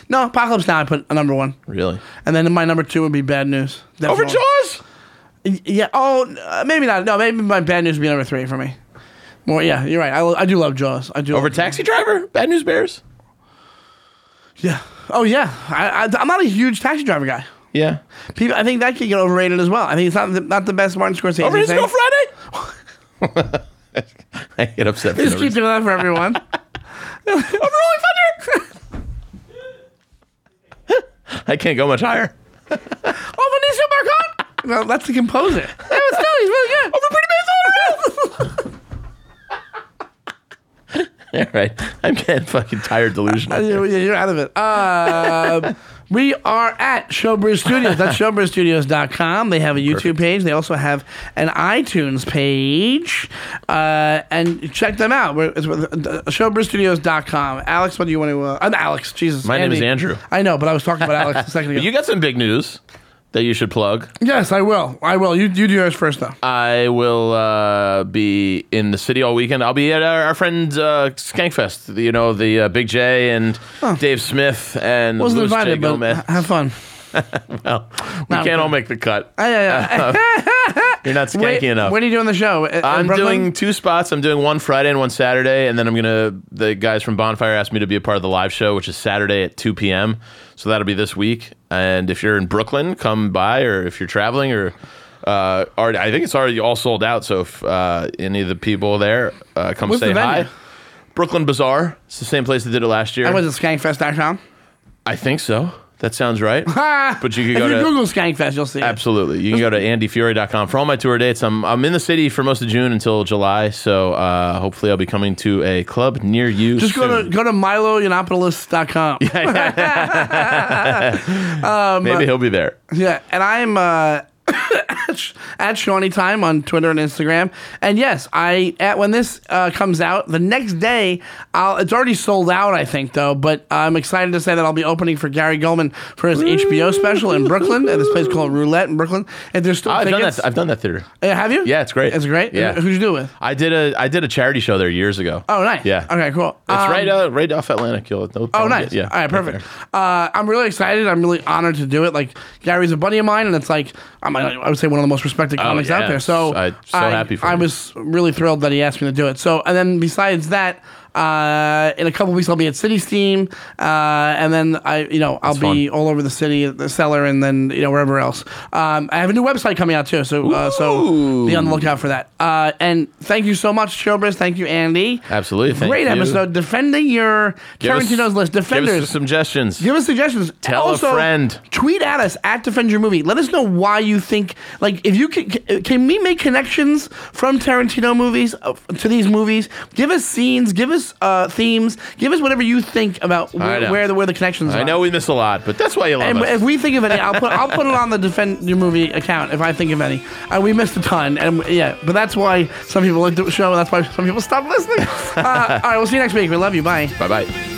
[SPEAKER 4] No, Apocalypse Now. I put a number one.
[SPEAKER 2] Really?
[SPEAKER 4] And then my number two would be Bad News.
[SPEAKER 2] Over
[SPEAKER 4] Definitely.
[SPEAKER 2] Jaws?
[SPEAKER 4] Y- Yeah. Oh, n- uh, maybe not. No, maybe my Bad News would be number three for me. More. Yeah, you're right. I, lo- I do love Jaws. I do.
[SPEAKER 2] Over
[SPEAKER 4] love Jaws.
[SPEAKER 2] Taxi Driver? Bad News Bears?
[SPEAKER 4] Yeah. Oh yeah. I, I, I'm not a huge Taxi Driver guy.
[SPEAKER 2] Yeah.
[SPEAKER 4] People, I think that could get overrated as well. I think it's not the, not the best Martin Scorsese.
[SPEAKER 2] Over His
[SPEAKER 4] thing.
[SPEAKER 2] Girl Friday? I get upset. For
[SPEAKER 4] Just
[SPEAKER 2] no
[SPEAKER 4] keep
[SPEAKER 2] reason.
[SPEAKER 4] doing that for everyone. Rolling Thunder.
[SPEAKER 2] I can't go much higher.
[SPEAKER 4] Over Nisha Barkon. No, that's the composer. That was no, he's really good. Over Pretty Man's Autograph.
[SPEAKER 2] All right. I'm getting fucking tired delusional.
[SPEAKER 4] Yeah, yeah, you're out of it. Uh, we are at Showbiz Studios. That's showbizstudios.com. They have a YouTube page. They also have an iTunes page. Uh, and check them out. We're, it's with, uh, showbizstudios.com. Alex, what do you want to... Uh, I'm Alex. Jesus.
[SPEAKER 2] My name is Andrew.
[SPEAKER 4] I know, but I was talking about Alex a second ago.
[SPEAKER 2] You got some big news that you should plug.
[SPEAKER 4] yes, I will. I will. You, you do yours first, though.
[SPEAKER 2] I will uh, be in the city all weekend. I'll be at our, our friend uh, Skankfest. You know the uh, Big J and Dave Smith and
[SPEAKER 4] Wasn't
[SPEAKER 2] Louis J.
[SPEAKER 4] invited, but
[SPEAKER 2] Gomez.
[SPEAKER 4] h- have fun.
[SPEAKER 2] well, we
[SPEAKER 4] No.
[SPEAKER 2] can't all make the cut.
[SPEAKER 4] I, uh,
[SPEAKER 2] You're not skanky
[SPEAKER 4] wait,
[SPEAKER 2] enough.
[SPEAKER 4] When are you doing the show? In- in
[SPEAKER 2] I'm
[SPEAKER 4] Brooklyn?
[SPEAKER 2] doing two spots. I'm doing one Friday and one Saturday, and then I'm gonna. The guys from Bonfire asked me to be a part of the live show, which is Saturday at 2 p.m. So that'll be this week. And if you're in Brooklyn, come by, or if you're traveling, or uh, already, I think it's already all sold out. So if uh, any of the people there uh, come
[SPEAKER 4] What's
[SPEAKER 2] say
[SPEAKER 4] the venue?
[SPEAKER 2] hi. Brooklyn Bazaar. It's the same place they did it last year.
[SPEAKER 4] I was at skankfest.com.
[SPEAKER 2] I think so. That sounds right.
[SPEAKER 4] Ah,
[SPEAKER 2] But you could
[SPEAKER 4] if
[SPEAKER 2] go
[SPEAKER 4] you
[SPEAKER 2] to-
[SPEAKER 4] Google Skankfest, you'll see. it.
[SPEAKER 2] Absolutely. You can go to andyfury.com for all my tour dates. I'm, I'm in the city for most of June until July, so uh, hopefully I'll be coming to a club near you.
[SPEAKER 4] Just go to go to miloyiannopoulos.com. Yeah, um, uh,
[SPEAKER 2] Maybe he'll be there.
[SPEAKER 4] and I'm uh, at Shawnee Time on Twitter and Instagram. And yes, I at when this uh, comes out the next day, I'll, it's already sold out, I think though. But I'm excited to say that I'll be opening for Gary Goldman for his HBO special in Brooklyn at this place called Roulette in Brooklyn. And there's still
[SPEAKER 2] I've done
[SPEAKER 4] tickets.
[SPEAKER 2] that. I've done that theater.
[SPEAKER 4] Uh, have you?
[SPEAKER 2] Yeah, it's great.
[SPEAKER 4] It's great.
[SPEAKER 2] Yeah.
[SPEAKER 4] Who'd you do it with?
[SPEAKER 2] I did a I did a charity show there years ago.
[SPEAKER 4] Oh, nice.
[SPEAKER 2] Yeah.
[SPEAKER 4] Okay, cool.
[SPEAKER 2] It's
[SPEAKER 4] Um,
[SPEAKER 2] right uh, right off Atlantic. You'll, they'll-
[SPEAKER 4] Oh,
[SPEAKER 2] they'll
[SPEAKER 4] nice.
[SPEAKER 2] get- yeah.
[SPEAKER 4] All right, perfect. Uh, I'm really excited. I'm really honored to do it. Like Gary's a buddy of mine, and it's like I'm, I would say one of the most respected comics
[SPEAKER 2] yeah.
[SPEAKER 4] out there. So
[SPEAKER 2] Oh, I- so happy for
[SPEAKER 4] I
[SPEAKER 2] you.
[SPEAKER 4] was really thrilled that he asked me to do it. So and then besides that. Uh, in a couple weeks, I'll be at City Steam, uh, and then I, you know, I'll be all over the city, the cellar, and then you know wherever else. Um, I have a new website coming out too, so uh, so be on the lookout for that. Uh, and thank you so much, Showbiz. Thank you, Andy.
[SPEAKER 2] Absolutely. Thank
[SPEAKER 4] Great
[SPEAKER 2] you.
[SPEAKER 4] episode. Defending your
[SPEAKER 2] Give us-
[SPEAKER 4] Tarantino's list.
[SPEAKER 2] Give us
[SPEAKER 4] Defenders.
[SPEAKER 2] some suggestions.
[SPEAKER 4] Give us suggestions.
[SPEAKER 2] Tell a
[SPEAKER 4] also,
[SPEAKER 2] friend.
[SPEAKER 4] Tweet at us at Defend Your Movie. Let us know why you think like if you can can we make connections from Tarantino movies uh, to these movies. Give us scenes. Give us uh, themes. Give us whatever you think about
[SPEAKER 2] I
[SPEAKER 4] where,
[SPEAKER 2] know.
[SPEAKER 4] where the where the connections are.
[SPEAKER 2] I know we miss a lot, but that's why you love
[SPEAKER 4] And
[SPEAKER 2] us.
[SPEAKER 4] if we think of any, I'll put I'll put it on the defend your movie account if I think of any. Uh, we missed a ton, and yeah, but that's why some people like the show. and That's why some people stop listening. Uh, all right, we'll see you next week. We love you. Bye.
[SPEAKER 2] bye bye.